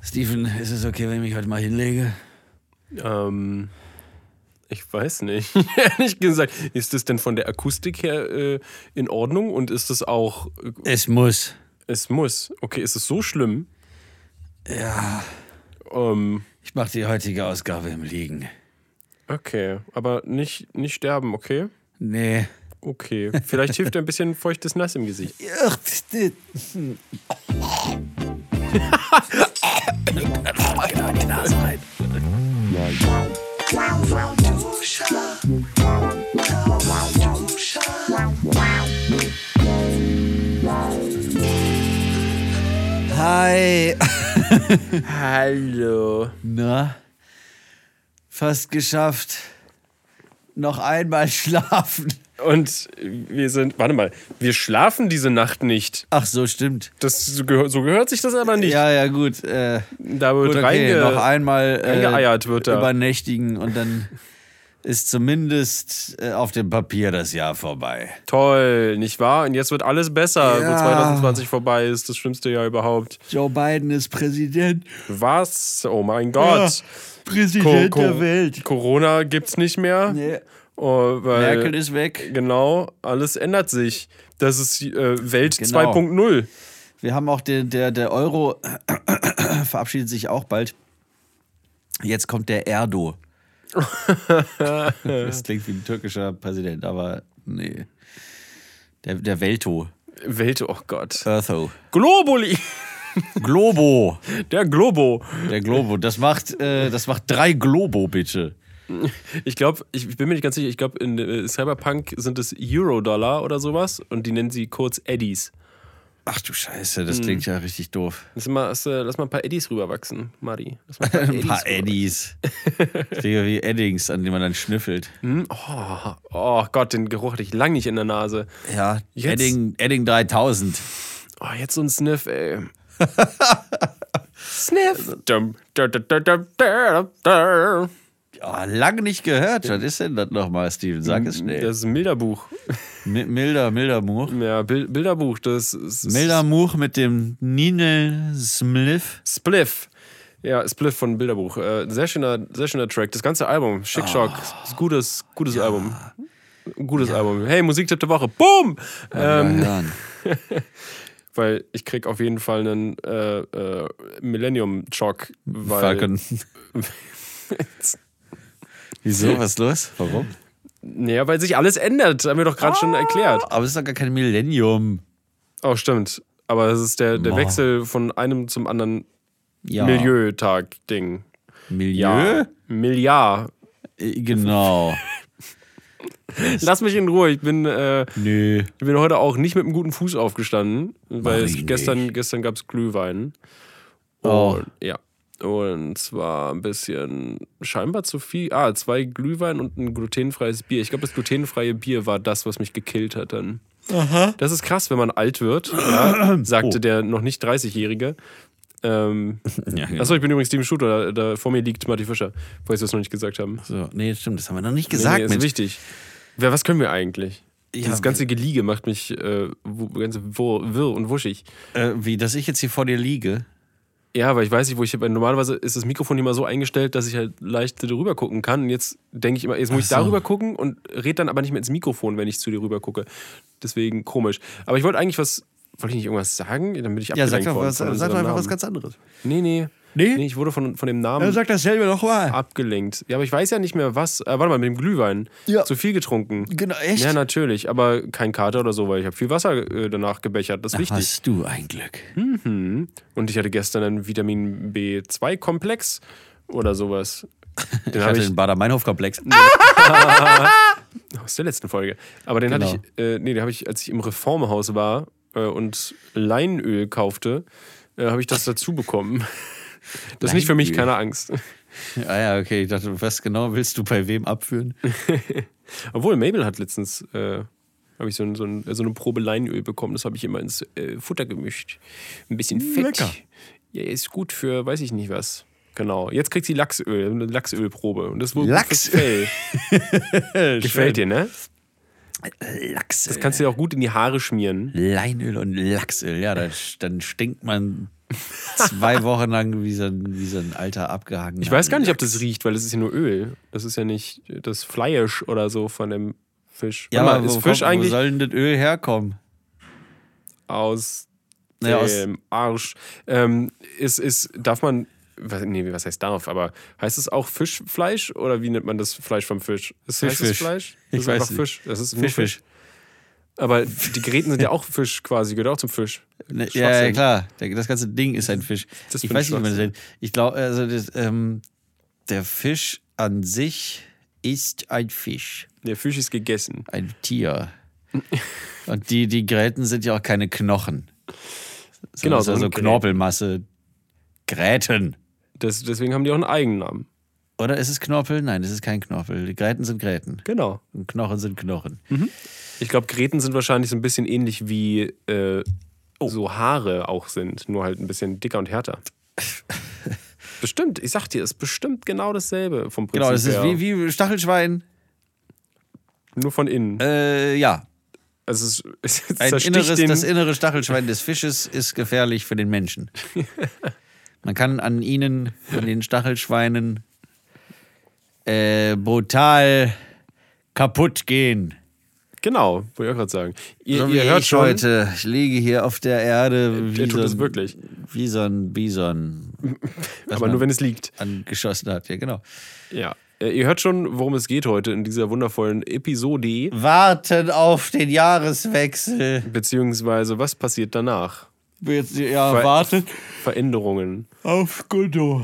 Steven, ist es okay, wenn ich mich heute mal hinlege? Ähm, ich weiß nicht. Ehrlich gesagt, ist das denn von der Akustik her äh, in Ordnung und ist es auch. äh, Es muss. Es muss. Okay, ist es so schlimm? Ja, Ähm, ich mache die heutige Ausgabe im Liegen. okay, aber nicht, nicht sterben, okay? Nee. Okay. Vielleicht hilft ein bisschen feuchtes Nass im Gesicht. Hi. Hallo. Na, fast geschafft. Noch einmal schlafen. Und wir sind. Warte mal, wir schlafen diese Nacht nicht. Ach so, stimmt. Das, so, gehör, so gehört sich das aber nicht. Ja, ja, gut. Äh, Da wird gut okay, reinge noch einmal äh, reingeeiert wird da. übernächtigen und dann ist zumindest äh, auf dem Papier das Jahr vorbei. Toll, nicht wahr? Und jetzt wird alles besser, Ja. wo 2020 vorbei ist, das schlimmste Jahr überhaupt. Joe Biden ist Präsident. Was? Oh mein Gott. Ah, Präsident Co- Co- Corona gibt's nicht mehr. Nee. Oh, weil, Merkel ist weg. Genau, alles ändert sich. Das ist äh, Welt Genau. 2.0. Wir haben auch den, der, der Euro verabschiedet sich auch bald. Jetzt kommt der Erdo. das klingt wie ein türkischer Präsident, aber nee. Der, der Welto. Welt, oh Gott. Ertho. Globuli, Globo. der Globo. Der Globo. Das macht, äh, das macht drei Globo, bitte. Ich glaube, ich, ich bin mir nicht ganz sicher, ich glaube, in äh, Cyberpunk sind es Euro-Dollar oder sowas und die nennen sie kurz Eddies. Ach du Scheiße, das klingt ja richtig doof. Lass mal, lass, äh, lass mal ein paar Eddies rüberwachsen, Mari. Lass mal Ein paar rüber- Eddies. Dinge wie Eddings, an denen man dann schnüffelt. Hm? Oh, oh Gott, den Geruch hatte ich lang nicht in der Nase. Ja, Jetzt- Edding, Edding 3000. Oh, jetzt so ein Sniff, ey. Also- Sniff. Dum, da, da, da, da, da, da. Oh, lange nicht gehört. Was ist denn das nochmal, Steven? Sag es schnell. Das ist ein Milderbuch. Mi- Milder, milder Much. Ja, Bil Bilderbuch, das ist ist- Milder Much mit dem Ninel Smliff. Spliff. Ja, Spliff von Bilderbuch. Äh, sehr, schöner, sehr schöner Track. Das ganze Album, Ah. Schick Shock. Ist Gutes, gutes Album. Gutes Album. Hey, Musiktipp der Woche. Boom! Ähm, Ja, hören. Weil ich krieg auf jeden Fall einen äh, äh, Millennium-Chock. weil- Falcon. Wieso? Was ist los? Warum? Naja, weil sich alles ändert, haben wir doch gerade schon erklärt. Aber es ist doch gar kein Millennium. Oh, stimmt. Aber es ist der, der Boah. Wechsel von einem zum anderen Ja. Milieutag-Ding. Milieu? Milliard. Äh, Genau. Lass mich in Ruhe. Ich bin, äh, Nö. ich bin heute auch nicht mit einem guten Fuß aufgestanden, weil Mach es ich gestern, gestern gab es Glühwein. Und, Oh. Ja. Und zwar ein bisschen scheinbar zu viel. Ah, zwei Glühwein und ein glutenfreies Bier. Ich glaube, das glutenfreie Bier war das, was mich gekillt hat dann. Das ist krass, wenn man alt wird, ja, sagte Oh. der noch nicht 30-Jährige. Ähm, Ja, genau. achso, ich bin übrigens Steven Schuter. Da, da vor mir liegt Marty Fischer, falls wir es noch nicht gesagt haben. So, nee, stimmt, das haben wir noch nicht gesagt. Nee, nee, ist Mensch. wichtig. Wer, was können wir eigentlich? Ja, Dieses ganze Geliege macht mich äh, wo, ganz wirr, wirr und wuschig. Äh, wie, dass ich jetzt hier vor dir liege? Ja, weil ich weiß nicht, wo ich. weil Normalerweise ist das Mikrofon immer so eingestellt, dass ich halt leicht drüber gucken kann. Und jetzt denke ich immer, jetzt muss ich Ach so. darüber gucken und red dann aber nicht mehr ins Mikrofon, wenn ich zu dir rüber gucke. Deswegen komisch. Aber ich wollte eigentlich was. Wollte ich nicht irgendwas sagen? Dann bin ich Ja, abgelenkt sag doch, worden was, von sag doch unserem einfach was Namen. ganz anderes. Nee, nee. Nee? Nee, ich wurde von, von dem Namen sag dasselbe nochmal. abgelenkt. Ja, aber ich weiß ja nicht mehr was. Äh, warte mal, mit dem Glühwein. Ja. Zu viel getrunken. Genau, echt? Ja, natürlich, aber kein Kater oder so, weil ich habe viel Wasser äh, danach gebechert. Das ist wichtig. Hast du ein Glück. Und ich hatte gestern einen Vitamin B2-Komplex oder sowas. Den Ich habe hatte ich Ah! den Bader-Meinhof-Komplex. aus der letzten Folge. Aber den hatte Genau. ich, äh, nee, den habe ich, als ich im Reformhaus war äh, und Leinöl kaufte, äh, habe ich das dazu bekommen. Das ist nicht für mich, Leinöl. keine Angst. Ah ja, okay. Ich dachte, was genau willst du bei wem abführen? Obwohl, Mabel hat letztens, äh, habe ich so, ein, so, ein, so eine Probe Leinöl bekommen. Das habe ich immer ins äh, Futter gemischt. Ein bisschen Fett. Lecker. Ja, ist gut für weiß ich nicht was. Genau. Jetzt kriegt sie Lachsöl, eine Lachsölprobe. Und das wohl gut fürs Lachsöl. Fell. Gefällt dir, ne? Lachsöl. Das kannst du dir auch gut in die Haare schmieren. Leinöl und Lachsöl. Ja, dann, dann stinkt man zwei Wochen lang wie so ein, wie so ein alter abgehangener. Ich weiß gar nicht, ob das riecht, weil das ist ja nur Öl. Das ist ja nicht das Fleisch oder so von dem Fisch. Ja, Warte mal, aber ist wo, kommt, Fisch wo eigentlich soll denn das Öl herkommen? aus Naja, aus- dem Arsch? Ähm, ist, ist, darf man, was, nee, was heißt darf, aber heißt es auch Fischfleisch oder wie nennt man das Fleisch vom Fisch? Ist heißt das Fischfisch. Fleisch? Ich Das ist weiß einfach nicht. Fisch. Das ist nur Fisch, Fisch. Aber die Geräten sind ja auch Fisch quasi, gehört auch zum Fisch. Ne, ja, Schwachsinn. ja, klar. Der, das ganze Ding ist ein Fisch. Das ich finde weiß ich nicht, wie man das nennt. Ich glaube, also das, ähm, der Fisch an sich ist ein Fisch, Der Fisch ist gegessen. ein Tier. Und die, die Gräten sind ja auch keine Knochen. So, Genau, das ist so also ein Grä- Knorpelmasse. Gräten. Das, deswegen haben die auch einen Eigennamen. Oder ist es Knorpel? Nein, es ist kein Knorpel. Die Gräten sind Gräten. Genau. Und Knochen sind Knochen. Hm, Ich glaube, Gräten sind wahrscheinlich so ein bisschen ähnlich wie äh, Oh. so Haare auch sind, nur halt ein bisschen dicker und härter. bestimmt, ich sag dir, ist bestimmt genau dasselbe vom Prinzip Genau, das ist her. wie, wie Stachelschwein. nur von innen. Äh, ja, Also es, es, es Ein zersticht inneres, den, das innere Stachelschwein des Fisches ist gefährlich für den Menschen. Man kann an ihnen, an den Stachelschweinen, äh, brutal kaputt gehen. genau, wollte ich auch gerade sagen. Ihr, So wie ihr hört ich schon, heute. Ich liege hier auf der Erde der wie, so tut es ein, wirklich, wie so ein Bison aber nur wenn es liegt. angeschossen hat. Ja, genau. Ja. Äh, Ihr hört schon, worum es geht heute in dieser wundervollen Episode, Warten auf den Jahreswechsel. beziehungsweise was passiert danach? Jetzt, ja, Ver- warten Veränderungen. auf Godot.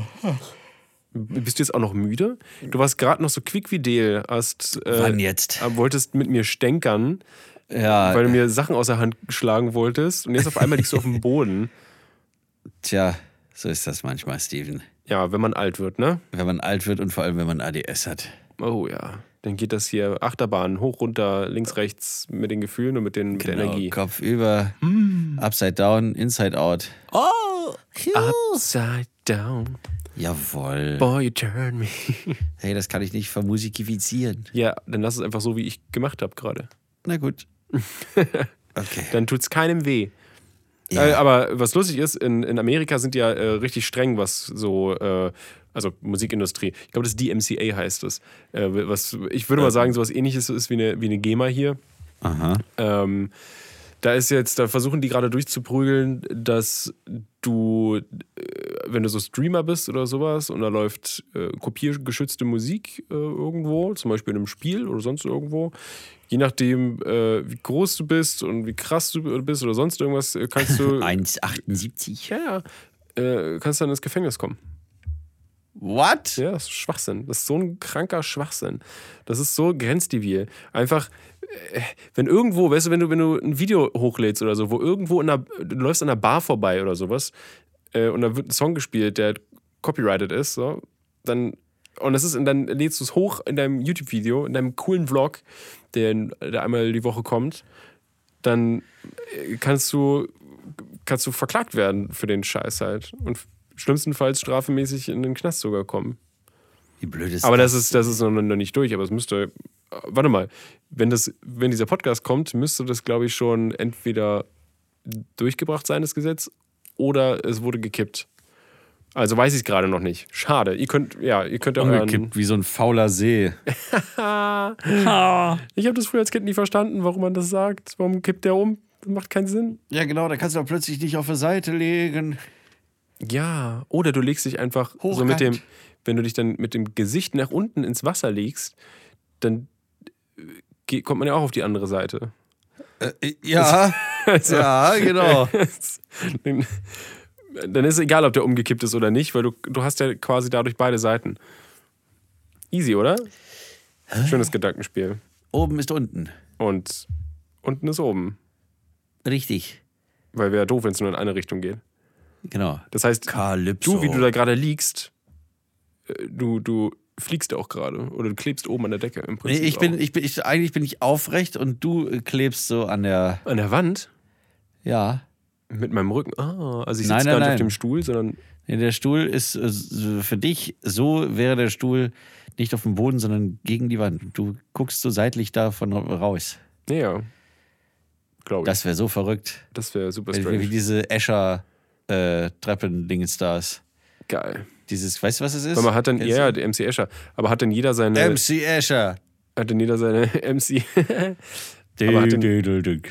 Bist du jetzt auch noch müde? Du warst gerade noch so quick wie Del, hast äh, Wann jetzt? äh, wolltest mit mir stänkern, Ja, weil du mir Sachen aus der Hand schlagen wolltest und jetzt auf einmal liegst du auf dem Boden. tja, so ist das manchmal, Steven. Ja, wenn man alt wird, ne? Wenn man alt wird und vor allem, wenn man ADS hat. Oh ja. Dann geht das hier Achterbahn, hoch, runter, links, rechts mit den Gefühlen und mit, den, mit der Energie. Hm. Kopf über, upside down, inside out. Ah. Oh! Upside down, Jawohl. boy, you turn me. Hey, das kann ich nicht vermusikifizieren. Ja, dann lass es einfach so, wie ich gemacht habe gerade. Na gut. Okay. Dann tut's keinem weh. Ja. Äh, aber was lustig ist, in, in Amerika sind die ja äh, richtig streng, was so, äh, also Musikindustrie. Ich glaube, das DMCA heißt es. Äh, was, ich würde mal sagen, sowas ähnliches ist wie eine, wie eine GEMA hier. Aha. Ähm, da ist jetzt, da versuchen die gerade durchzuprügeln, dass du, äh, wenn du so Streamer bist oder sowas und da läuft äh, kopiergeschützte Musik äh, irgendwo, zum Beispiel in einem Spiel oder sonst irgendwo, je nachdem, äh, wie groß du bist und wie krass du bist oder sonst irgendwas, äh, kannst du. 1,78. ja, ja. Äh, kannst dann ins Gefängnis kommen. What? Ja, das ist Schwachsinn. Das ist so ein kranker Schwachsinn. Das ist so grenzdivil. Einfach, äh, wenn irgendwo, weißt du, wenn du, wenn du ein Video hochlädst oder so, wo irgendwo in einer, du läufst an einer Bar vorbei oder sowas äh, und da wird ein Song gespielt, der copyrighted ist, so, dann, und das ist, und dann lädst du es hoch in deinem YouTube-Video, in deinem coolen Vlog, der, der einmal die Woche kommt, dann äh, kannst du, kannst du verklagt werden für den Scheiß halt. Und schlimmstenfalls strafemäßig in den Knast sogar kommen. Wie blöd ist Aber das? das ist, das ist noch, noch nicht durch, aber es müsste. Warte mal, wenn, das, wenn dieser Podcast kommt, müsste das, glaube ich, schon entweder durchgebracht sein, das Gesetz, oder es wurde gekippt. Also weiß ich es gerade noch nicht. Schade. Ihr könnt, ja, ihr könnt auch hören. Umgekippt wie so ein fauler See. Ich habe das früher als Kind nie verstanden, warum man das sagt. Warum kippt der um? Das macht keinen Sinn. Ja, genau, da kannst du doch plötzlich nicht auf der Seite legen. Ja, oder du legst dich einfach so Hochkant. mit dem, wenn du dich dann mit dem Gesicht nach unten ins Wasser legst, dann äh, geht- kommt man ja auch auf die andere Seite. Ja, ja, genau. dann dann ist es egal, ob der umgekippt ist oder nicht, weil du, du hast ja quasi dadurch beide Seiten. Easy, oder? Schönes Gedankenspiel. Oben ist unten. Und unten ist oben. Richtig. Weil wäre doof, wenn es nur in eine Richtung geht. Genau. Das heißt, Kalypso. du, wie du da gerade liegst, äh, du, du fliegst ja auch gerade. Oder du klebst oben an der Decke im Nee, Prinzip. ich bin, ich bin, ich, eigentlich bin ich aufrecht und du äh, klebst so an der, auch. an der Wand ja. mit meinem Rücken. Ah, also ich Nein, nein, sitze gar nicht nein. auf dem Stuhl, sondern Nee, der Stuhl ist äh, so für dich, so wäre der Stuhl nicht auf dem Boden, sondern gegen die Wand. Du guckst so seitlich davon raus. Ja. Glaube ich. Das wäre so verrückt. Das wäre super Wie, wie strange. diese Escher äh, Treppendingenstars. Geil. Dieses, weißt du, was es ist? Weil man hat dann, Kennst ja, der MC Escher. Aber hat denn jeder du? seine, MC Escher. hat denn jeder seine MC, Aber hat den- den,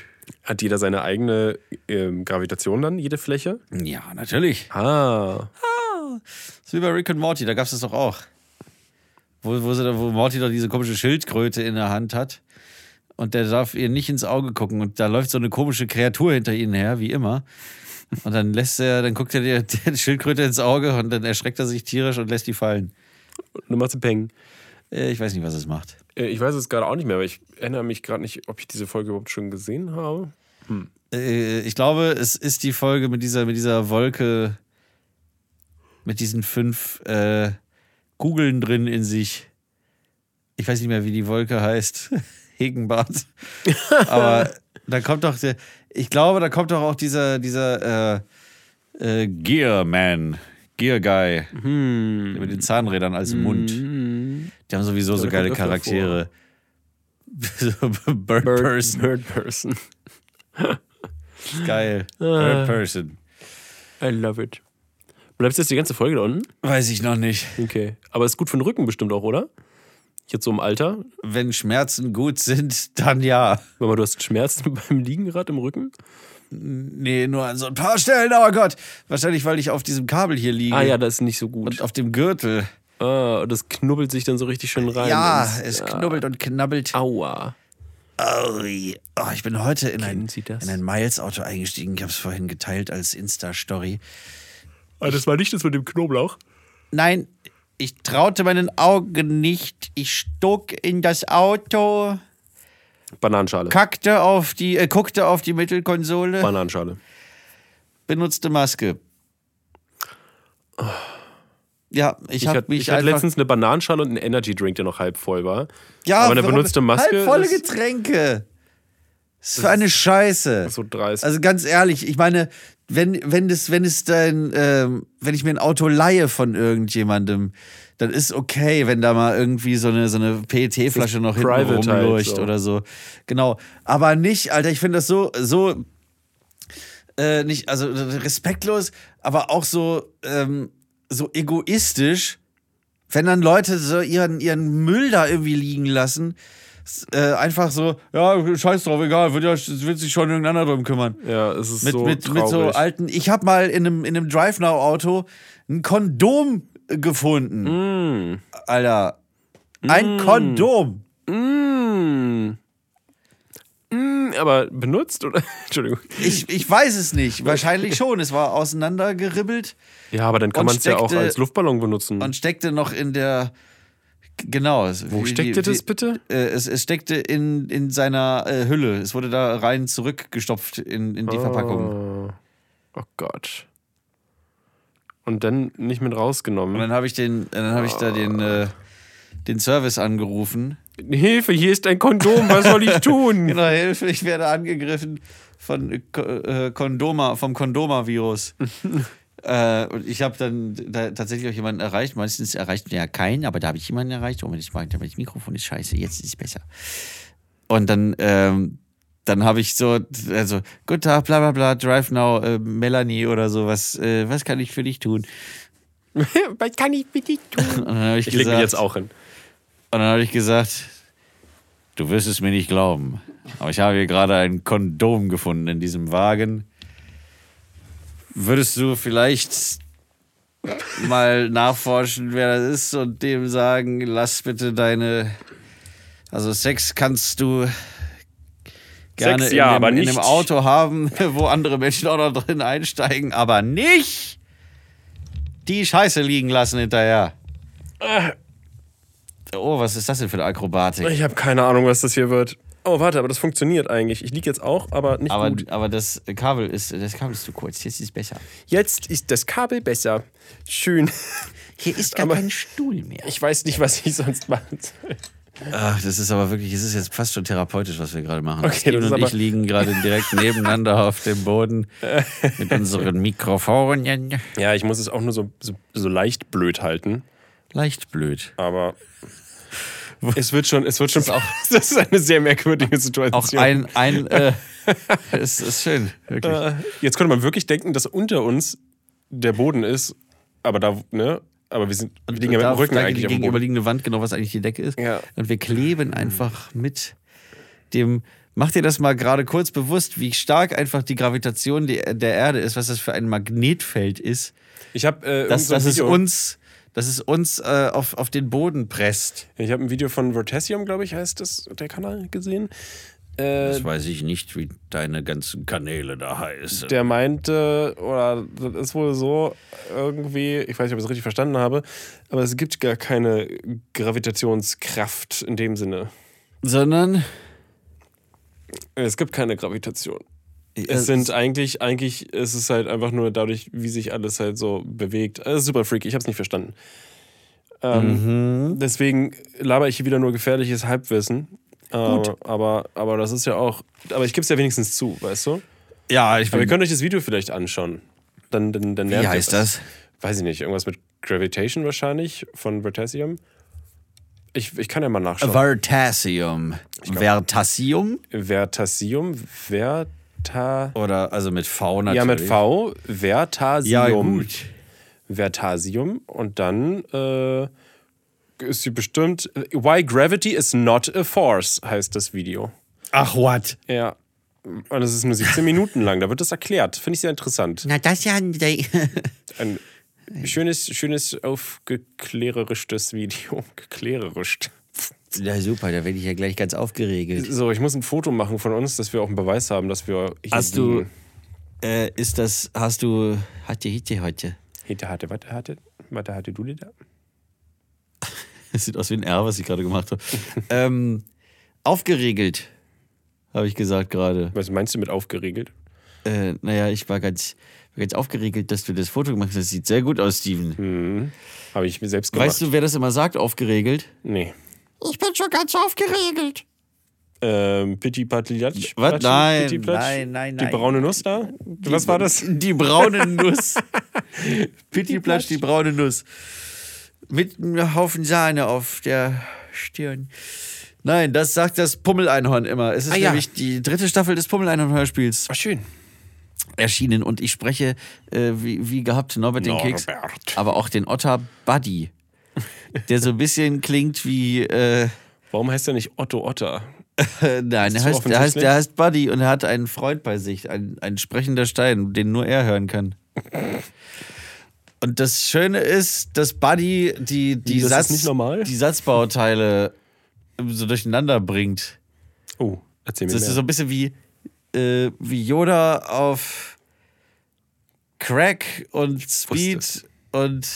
hat jeder seine eigene ähm, Gravitation dann, jede Fläche? ja, natürlich. Ah. Das ist wie bei Rick und Morty, da gab es das doch auch. Wo, wo, sie, da- wo Morty doch diese komische Schildkröte in der Hand hat. Und der darf ihr nicht ins Auge gucken. Und da läuft so eine komische Kreatur hinter ihnen her, wie immer. Und dann lässt er, dann guckt er der, der Schildkröte ins Auge und dann erschreckt er sich tierisch und lässt die fallen. Und dann macht sie Peng. Äh, Ich weiß nicht, was es macht. Äh, Ich weiß es gerade auch nicht mehr, aber ich erinnere mich gerade nicht, ob ich diese Folge überhaupt schon gesehen habe. Äh, ich glaube, es ist die Folge mit dieser, mit dieser Wolke, mit diesen fünf äh, Kugeln drin in sich. Ich weiß nicht mehr, wie die Wolke heißt. Hegenbart. Aber da kommt doch der, ich glaube, da kommt doch auch dieser, dieser äh, äh, Gear Man, Gear Guy Hm. mit den Zahnrädern als Mund. Die haben sowieso so der geile kommt öfter Charaktere. So Bird, Bird Person, Person. Bird Person. geil. Ah. Bird Person. I love it. Bleibst du jetzt die ganze Folge da unten? Weiß ich noch nicht. Okay. Aber ist gut für den Rücken bestimmt auch, oder? Jetzt so im Alter. wenn Schmerzen gut sind, dann ja. Wenn man du hast Schmerzen beim Liegen gerade im Rücken. Nee, nur an so ein paar Stellen, oh Gott. Wahrscheinlich, weil ich auf diesem Kabel hier liege. Ah ja, das ist nicht so gut. Und auf dem Gürtel. Ah, das knubbelt sich dann so richtig schön rein. ja, ins- es knubbelt und knabbelt. Ah. Aua. Aui. Oh, ich bin heute in ein, Kennen Sie das? in ein Miles-Auto eingestiegen. Ich habe es vorhin geteilt als Insta-Story. Ah, das war nicht das mit dem Knoblauch. Nein, ich traute meinen Augen nicht. Ich stog in das Auto, Bananenschale. kackte auf die, äh, guckte auf die Mittelkonsole, Bananenschale. benutzte Maske. Ja, ich, Ich habe hatte, mich ich hatte einfach letztens eine Bananenschale und einen Energy Drink, der noch halb voll war. Ja, aber eine warum- benutzte Maske. Halt volle ist Getränke. Das ist für eine Scheiße. so dreist. Also ganz ehrlich, ich meine, wenn, wenn das, wenn es dein, ähm, wenn ich mir ein Auto leihe von irgendjemandem, dann ist okay, wenn da mal irgendwie so eine, so eine E PET-Flasche noch hinten private halt rumleucht so. oder so. Genau. Aber nicht, Alter, ich finde das so, so, äh, nicht, also respektlos, aber auch so, ähm, so egoistisch, wenn dann Leute so ihren, ihren Müll da irgendwie liegen lassen, s- äh, einfach so, ja, scheiß drauf, egal, wird, ja, wird sich schon irgendeiner drum kümmern. ja, es ist Mit so so, mit, traurig. mit so alten, ich habe mal in einem, in einem Drive Now Auto ein Kondom gefunden, Mm. Alter. Ein Kondom. Mm. Mm, aber benutzt oder? Entschuldigung. Ich, ich weiß es nicht. Wahrscheinlich schon. Es war auseinandergeribbelt. Ja, aber dann kann Und man es ja auch steckte- als Luftballon benutzen. und steckte noch in der. Genau. Wo steckte das bitte? Äh, es, es steckte in, in seiner äh, Hülle. Es wurde da rein zurückgestopft in, in die Verpackung. Oh Gott. Und dann nicht mit rausgenommen. Und dann habe ich den, äh, dann habe ich da den, äh, den Service angerufen. Hilfe, hier ist ein Kondom, was soll ich tun? Genau, Hilfe, ich werde angegriffen von äh, Ko- äh, Kondoma, vom Kondoma-Virus. äh, und ich habe dann da tatsächlich auch jemanden erreicht. Meistens erreicht man ja keinen, aber da habe ich jemanden erreicht. Oh, wenn ich meinte, das Mikrofon ist scheiße, jetzt ist es besser. Und dann, ähm, dann habe ich so, also, guten Tag, bla bla bla, Drive Now, äh, Melanie oder sowas, äh, was kann ich für dich tun? was kann ich für dich tun? Und dann habe ich, Ich gesagt, lege mich jetzt auch hin. Und dann habe ich gesagt, du wirst es mir nicht glauben, aber ich habe hier gerade ein Kondom gefunden in diesem Wagen. Würdest du vielleicht mal nachforschen, wer das ist und dem sagen, lass bitte deine... Also Sex kannst du gerne Sex, ja, in, dem, aber in nicht. einem Auto haben, wo andere Menschen auch noch drin einsteigen, aber nicht die Scheiße liegen lassen hinterher. Äh. Oh, was ist das denn für eine Akrobatik? Ich habe keine Ahnung, was das hier wird. Oh, warte, aber das funktioniert eigentlich. Ich liege jetzt auch, aber nicht Aber, gut. aber das Kabel ist, das Kabel ist zu kurz. Jetzt ist es besser. Jetzt ist das Kabel besser. Schön. Hier ist gar Aber- kein Stuhl mehr. Ich weiß nicht, was ich sonst machen soll. Ach, das ist aber wirklich, es ist jetzt fast schon therapeutisch, was wir gerade machen. Okay, Steven das ist und ich aber- liegen gerade direkt nebeneinander auf dem Boden mit unseren Mikrofonen. Ja, ich muss es auch nur so, so, so leicht blöd halten. Leicht blöd. Aber Es wird schon, es wird schon. das ist eine sehr merkwürdige Auch Situation. ein, ein, äh, es ist schön, wirklich. Äh, Jetzt könnte man wirklich denken, dass unter uns der Boden ist, aber da, ne? Aber wir sind, wir liegen ja mit da, dem Rücken da eigentlich die auf dem Boden. gegenüberliegende Wand, genau was eigentlich die Decke ist. Ja. Und wir kleben einfach mit dem. Mach dir das mal gerade kurz bewusst, wie stark einfach die Gravitation die- der Erde ist, was das für ein Magnetfeld ist, Ich habe äh, dass, irgend so ein dass es Video- uns, dass es uns äh, auf, auf den Boden presst. Ich habe ein Video von Vertesium, glaube ich, heißt das, der Kanal gesehen. Äh, Das weiß ich nicht, wie deine ganzen Kanäle da heißen. der meinte, oder das ist wohl so, irgendwie, ich weiß nicht, ob ich es richtig verstanden habe, aber es gibt gar keine Gravitationskraft in dem Sinne. Sondern Es gibt keine Gravitation. äh, Es sind eigentlich, eigentlich ist es halt einfach nur dadurch, wie sich alles halt so bewegt. Es ist super freaky, ich habe es nicht verstanden. Ähm, Mhm. Deswegen laber ich hier wieder nur gefährliches Halbwissen. Ähm, aber, aber das ist ja auch. Aber ich gebe es ja wenigstens zu, weißt du? ja, ich Aber ihr bin, könnt euch das Video vielleicht anschauen. Dann, dann, dann lernt Mhm. wie ihr heißt was. das? Weiß ich nicht. Irgendwas mit Gravitation wahrscheinlich von Vertasium. Ich, ich kann ja mal nachschauen. Vertasium. Vertasium? Vertasium? Verta. Oder also mit V natürlich. Ja, mit V. Vertasium. Ja, gut. Vertasium und dann äh, ist sie bestimmt. Why Gravity is not a Force heißt das Video. Ach, what? Ja. Und es ist nur 17 Minuten lang, da wird das erklärt. Finde ich sehr interessant. Na, das ist ja ein. Ein schönes, schönes, aufgeklärerischtes Video. Geklärerisch. Ja, super, da werde ich ja gleich ganz aufgeregelt. So, ich muss ein Foto machen von uns, dass wir auch einen Beweis haben, dass wir hier Hast du. Äh, ist das. Hast du. Hatte Hitte heute? Hatte, hatte, warte, hatte, warte, hatte du die da? Das sieht aus wie ein R, was ich gerade gemacht habe. ähm, aufgeregelt, habe ich gesagt gerade. Was meinst du mit aufgeregelt? Äh, naja, ich war ganz, war ganz aufgeregelt, dass du das Foto gemacht hast. Das sieht sehr gut aus, Steven. Habe ich mir selbst gemacht. Weißt du, wer das immer sagt, aufgeregelt? Nee. Ich bin schon ganz aufgeregelt. Ähm, Pitti Patliatsch. Was? Platsch? Nein, Pitti Platsch? nein, nein, Die nein. braune Nuss da? Was war das? Die braune Nuss. Pittiplatsch, die braune Nuss. Mit einem Haufen Sahne auf der Stirn. Nein, das sagt das Pummeleinhorn immer. Es ist Ah, ja. nämlich die dritte Staffel des Pummeleinhorn-Hörspiels Ach, schön. erschienen und ich spreche, äh, wie, wie gehabt, Norbert den Keks, Norbert. aber auch den Otter Buddy, der so ein bisschen klingt wie. Äh, Warum heißt er nicht Otto Otter? Äh, Nein, der heißt, zu der, heißt, offensichtlich? der heißt Buddy und er hat einen Freund bei sich, ein, ein sprechender Stein, den nur er hören kann. Und das Schöne ist, dass Buddy die, die, Das ist Satz, nicht normal? die Satzbauteile so durcheinander bringt. Oh, erzähl mir Das mehr. ist so ein bisschen wie, äh, wie Yoda auf Crack und Speed es. und.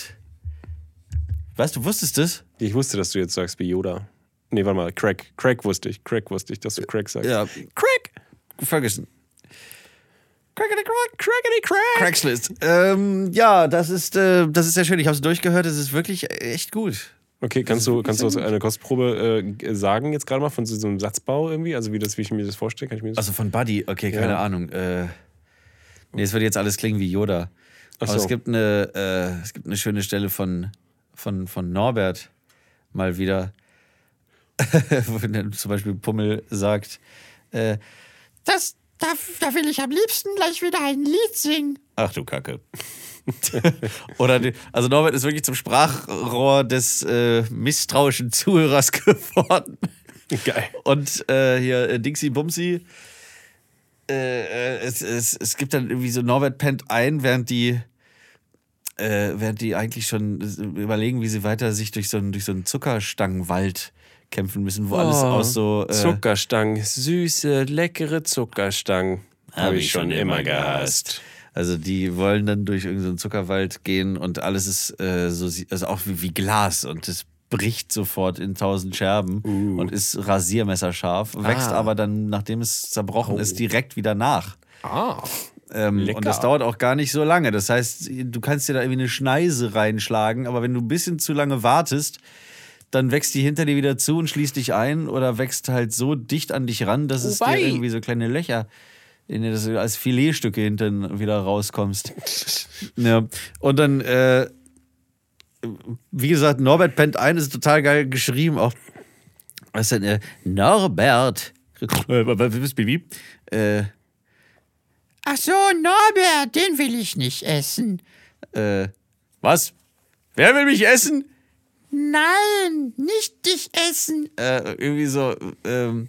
Was, du wusstest das? ich wusste, dass du jetzt sagst wie Yoda. Nee, warte mal, Craig. Craig wusste ich. Craig wusste ich, dass du Craig sagst. Ja. Crack! Ferguson. Crackety Crack, Crackety Crack. Craigslist. Ähm, ja, das ist, äh, das ist sehr schön. Ich habe es durchgehört. Es ist wirklich echt gut. Okay, kannst du, kannst du uns eine Kostprobe äh, sagen jetzt gerade mal von so, so einem Satzbau irgendwie? Also wie, das, wie ich mir das vorstelle? Kann ich mir das Also von Buddy. Okay, keine Ja. Ahnung. Äh, nee, es würde jetzt alles klingen wie Yoda. Ach Aber so. es gibt eine, äh, es gibt eine schöne Stelle von, von, von Norbert mal wieder, wenn er zum Beispiel Pummel sagt, äh, Das, da, da will ich am liebsten gleich wieder ein Lied singen. Ach du Kacke. Oder die, also Norbert ist wirklich zum Sprachrohr des äh, misstrauischen Zuhörers geworden. Also, Geil. Und äh, hier äh, Dixie Bumsy. Äh, äh, es, es, es gibt dann irgendwie so Norbert pennt ein, während die äh, während die eigentlich schon überlegen, wie sie weiter sich durch so einen, durch so einen Zuckerstangenwald kämpfen müssen, wo alles Oh, aus so äh, Zuckerstangen, süße, leckere Zuckerstangen. Hab ich schon immer gehasst. Also die wollen dann durch irgendeinen Zuckerwald gehen und alles ist äh, so, sie- also auch wie, wie Glas und es bricht sofort in tausend Scherben und ist rasiermesserscharf, wächst Uh. Ah. Oh. aber dann, nachdem es zerbrochen ist, direkt wieder nach. Ah. Ähm, Lecker. und das dauert auch gar nicht so lange. Das heißt, du kannst dir da irgendwie eine Schneise reinschlagen, aber wenn du ein bisschen zu lange wartest, dann wächst die hinter dir wieder zu und schließt dich ein oder wächst halt so dicht an dich ran, dass es dir Wobei- irgendwie so kleine Löcher, in denen du als Filetstücke hinten wieder rauskommst. ja. Und dann, äh, wie gesagt, Norbert pennt ein, ist total geil geschrieben, auch Was denn? Äh, Norbert. Äh, was, Bibi? Äh, Ach so, Norbert, den will ich nicht essen. äh, was? Wer will mich essen? Nein, nicht dich essen. äh, irgendwie so, ähm,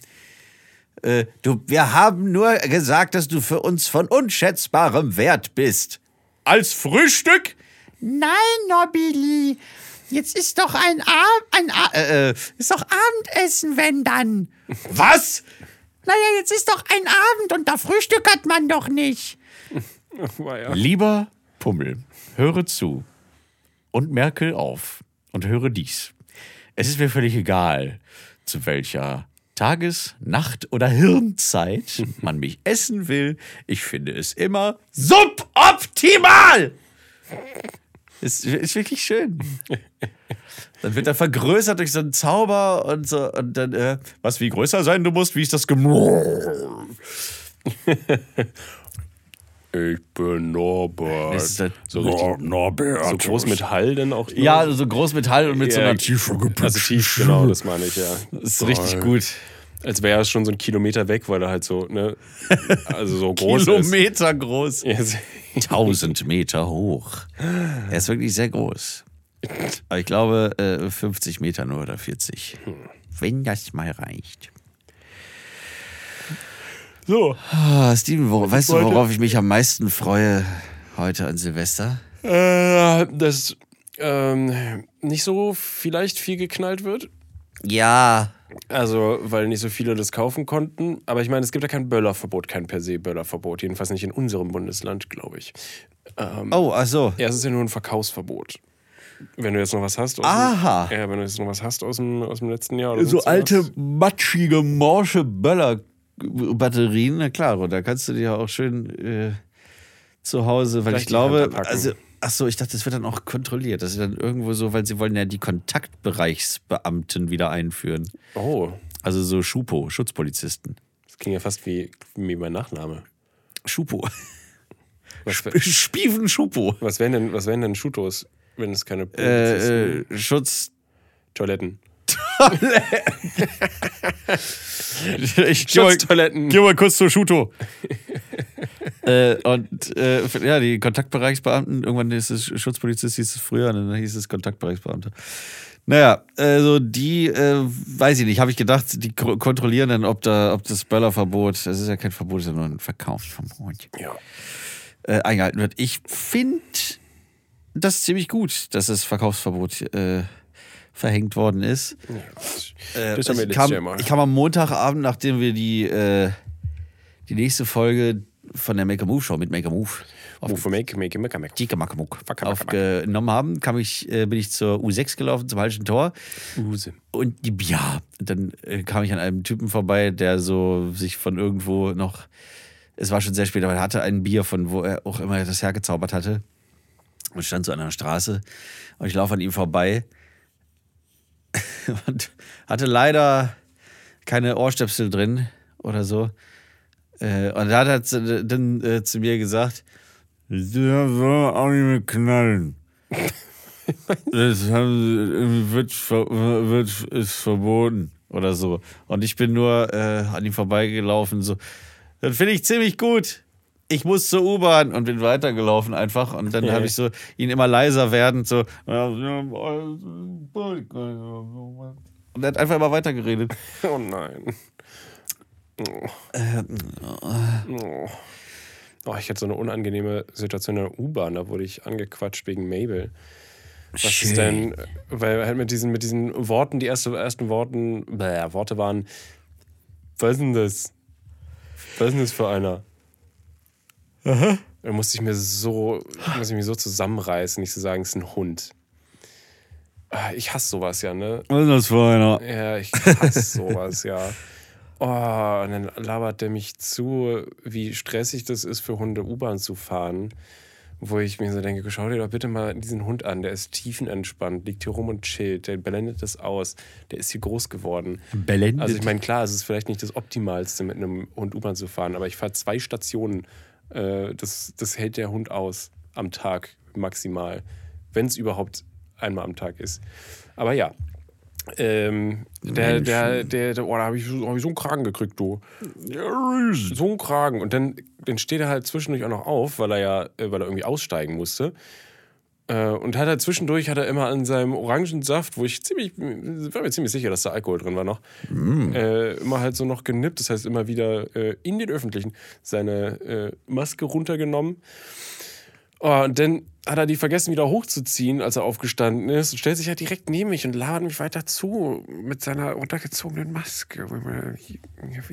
äh, du, wir haben nur gesagt, dass du für uns von unschätzbarem Wert bist. Als Frühstück? Nein, Norbili. Jetzt ist doch ein, Ab ein A Äh, äh, ist doch Abendessen, wenn dann. was? Naja, jetzt ist doch ein Abend und da frühstückert man doch nicht. War ja. Lieber Pummel, höre zu und merke auf und höre dies. Es ist mir völlig egal, zu welcher Tages-, Nacht- oder Hirnzeit man mich essen will. Ich finde es immer suboptimal. Ist, ist wirklich schön. Dann wird er vergrößert durch so einen Zauber und so, und dann, äh, Was wie größer sein du musst, wie ist das gemurrt? Ich bin Norbert. Das ist halt- so richtig, Norbert. so groß mit Hall denn auch. nur? ja, also so groß Metall und mit so einer tiefer Also tief, genau, das meine ich, ja. Das ist richtig gut. Als wäre er schon so ein Kilometer weg, weil er halt so, ne, also so groß ist. Kilometer groß. Yes. 1000 Meter hoch. Er ist wirklich sehr groß. Aber ich glaube, äh, 50 Meter nur oder 40. Wenn das mal reicht. So, Ah, Steven, wor weißt du, wollte- worauf ich mich am meisten freue heute an Silvester? äh, dass ähm, nicht so vielleicht viel geknallt wird. Ja. Also, weil nicht so viele das kaufen konnten. Aber ich meine, es gibt ja kein Böllerverbot, kein per se Böllerverbot. Jedenfalls nicht in unserem Bundesland, glaube ich. Ähm, Oh, ach so. Ja, es ist ja nur ein Verkaufsverbot. Wenn du jetzt noch was hast aus Aha. Dem, ja, wenn du jetzt noch was hast aus dem, aus dem letzten Jahr oder sonst was. matschige, morsche Böller-Batterien. Na klar, und da kannst du die ja auch schön äh, zu Hause, weil Gleich ich die Hand glaube, abpacken. also, ach so, ich dachte, das wird dann auch kontrolliert. Das ist dann irgendwo so, weil sie wollen ja die Kontaktbereichsbeamten wieder einführen. Oh, Also so Schupo, Schutzpolizisten. das klingt ja fast wie, wie mein Nachname. Schupo. Was, wär- Spieven Schupo. was wären denn, was wären denn Schutos, wenn es keine Äh, äh, Schutz. Toiletten? Ich Schutztoiletten. Geh mal kurz zur Schuto. äh, und äh, f- ja, die Kontaktbereichsbeamten, irgendwann ist es Schutzpolizist, hieß es früher, und dann hieß es Kontaktbereichsbeamter. Naja, also die, äh, weiß ich nicht, habe ich gedacht, die k- kontrollieren dann, ob, da, ob das Böllerverbot, das ist ja kein Verbot, sondern ein Verkaufsverbot, Ja. äh, eingehalten wird. Ich finde das ziemlich gut, dass das Verkaufsverbot äh, verhängt worden ist. Äh, Das haben wir ich, letztes kam, Jahr mal. ich kam am Montagabend, nachdem wir die, äh, die nächste Folge von der Make a Move Show mit Make a Move auf Move, Oh, make, make, make, make. Dicke Makamuck Wacke, wacke, aufgenommen haben, kam ich, äh, bin ich zur U6 gelaufen, zum Halschen Tor. Use. Und die, ja, und dann äh, kam ich an einem Typen vorbei, der so sich von irgendwo noch, es war schon sehr spät, aber er hatte ein Bier, von wo er auch immer das hergezaubert hatte. Und stand so an einer Straße. Und ich laufe an ihm vorbei. und hatte leider keine Ohrstöpsel drin oder so. Äh, und da hat er zu- dann äh, zu mir gesagt, der soll auch nicht mehr knallen. Das haben sie, irgendwie wird, ver- wird, ist verboten oder so. Und ich bin nur äh, an ihm vorbeigelaufen, so. Das finde ich ziemlich gut. Ich muss zur U-Bahn und bin weitergelaufen einfach. Und dann habe ich so ihn immer leiser werdend, so. Und er hat einfach immer weitergeredet. Oh nein. Oh. Oh. Ähm, Oh, ich hatte so eine unangenehme Situation in der U-Bahn, da wurde ich angequatscht wegen Mabel. Was ist denn, weil halt mit diesen, mit diesen Worten, die erste, ersten Worten, bäh, Worte waren, was ist denn das? Was ist denn das für einer? Da musste ich mir so, muss ich mich so zusammenreißen, nicht zu sagen, es ist ein Hund. Ah, Ich hasse sowas ja, ne? Was ist das für einer? Ja, ich hasse sowas, ja. Oh, und dann labert der mich zu, wie stressig das ist für Hunde U-Bahn zu fahren. Wo ich mir so denke, schau dir doch bitte mal diesen Hund an, der ist tiefenentspannt, liegt hier rum und chillt, der blendet das aus, der ist hier groß geworden. Blendet? Also ich meine, klar, es ist vielleicht nicht das Optimalste, mit einem Hund U-Bahn zu fahren, aber ich fahre zwei Stationen, äh, das, das hält der Hund aus am Tag maximal, wenn es überhaupt einmal am Tag ist. Aber ja, Ähm, der, der, der, der, oh, da habe ich, so- hab ich so einen Kragen gekriegt, du. So einen Kragen. Und dann, dann steht er halt zwischendurch auch noch auf, weil er ja, äh, weil er irgendwie aussteigen musste. Äh, und hat er zwischendurch hat er immer an seinem Orangensaft, wo ich ziemlich, war mir ziemlich sicher, dass da Alkohol drin war noch, äh, immer halt so noch genippt. Das heißt, immer wieder äh, in den Öffentlichen seine äh, Maske runtergenommen. Oh, und dann hat er die vergessen, wieder hochzuziehen, als er aufgestanden ist und stellt sich halt direkt neben mich und labert mich weiter zu mit seiner runtergezogenen Maske. Wo ich mir- hier-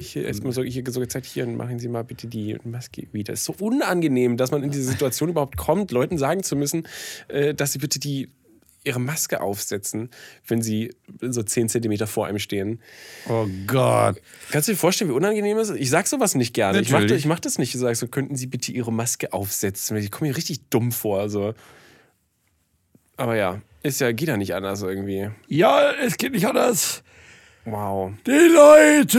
hier- Erstmal so, hier so gezeigt, hier, machen Sie mal bitte die Maske wieder. Es ist so unangenehm, dass man in diese Situation überhaupt kommt, Leuten sagen zu müssen, äh, dass sie bitte die, ihre Maske aufsetzen, wenn sie so 10 Zentimeter vor einem stehen. Oh Gott. Kannst du dir vorstellen, wie unangenehm das ist? Ich sag sowas nicht gerne. Ich mach, Natürlich. ich mach das nicht. Ich sag so, könnten Sie bitte Ihre Maske aufsetzen? Ich komme mir richtig dumm vor. Also. Aber ja, ist ja, geht ja nicht anders irgendwie. Ja, es geht nicht anders. Wow. Die Leute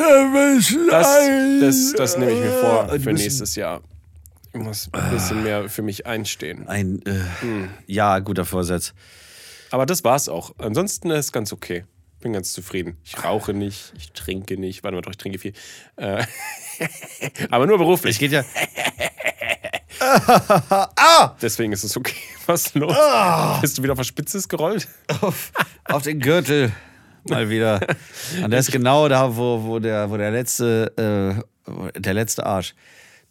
müssen äh, Das, das, das nehme ich mir vor für nächstes Jahr. Ich muss ein bisschen mehr für mich einstehen. Ein, äh, Hm. ja, guter Vorsatz. Aber das war's auch. Ansonsten ist ganz okay. Bin ganz zufrieden. Ich rauche nicht, ich trinke nicht. Warte mal doch, ich trinke viel. Äh, Aber nur beruflich. Es geht ja, Deswegen ist es okay. Was ist los? Bist du wieder auf was Spitzes gerollt? auf den Gürtel mal wieder. Und das ist genau da, wo, wo, der, wo der letzte, äh, der letzte Arsch,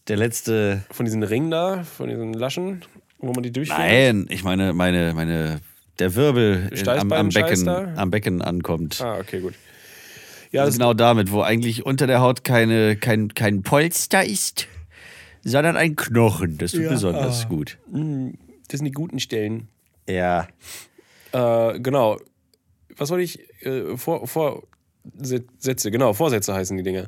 der letzte, Von diesen Ringen da, von diesen Laschen, wo man die durchführt? nein, ich meine, meine, meine, der Wirbel in, am, am, Steißbein-Scheiß Becken, da? am Becken ankommt. Ah, okay, gut. Ja, das, genau damit, wo eigentlich unter der Haut keine, kein, kein Polster ist, sondern ein Knochen. Das tut Ah. besonders gut. das sind die guten Stellen. Ja. Äh, genau. Was wollte ich? Äh, vor, vor, Se- Sätze, genau, Vorsätze heißen die Dinger.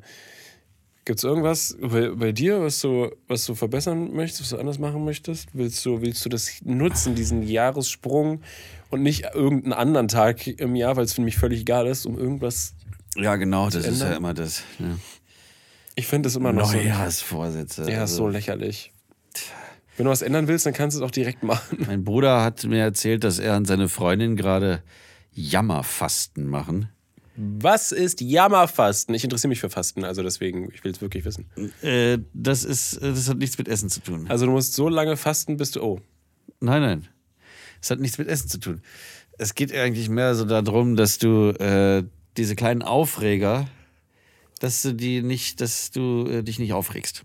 Gibt's irgendwas bei, bei dir, was du, was du verbessern möchtest, was du anders machen möchtest? Willst du, willst du das nutzen, diesen Jahressprung und nicht irgendeinen anderen Tag im Jahr, weil es für mich völlig egal ist, um irgendwas Ja, genau, das ist ja ändern? immer das. Ne? Ich finde das immer noch so. Ja, Neujahrsvorsätze. ist Also, so lächerlich. Wenn du was ändern willst, dann kannst du es auch direkt machen. Mein Bruder hat mir erzählt, dass er und seine Freundin gerade Jammerfasten machen. Was ist Jammerfasten? Ich interessiere mich für Fasten, also deswegen, ich will es wirklich wissen. Äh, das ist, äh, das hat nichts mit Essen zu tun. Also du musst so lange fasten, bis du. Oh, Nein, nein. Es hat nichts mit Essen zu tun. Es geht eigentlich mehr so darum, dass du äh, diese kleinen Aufreger, dass du die nicht, dass du äh, dich nicht aufregst.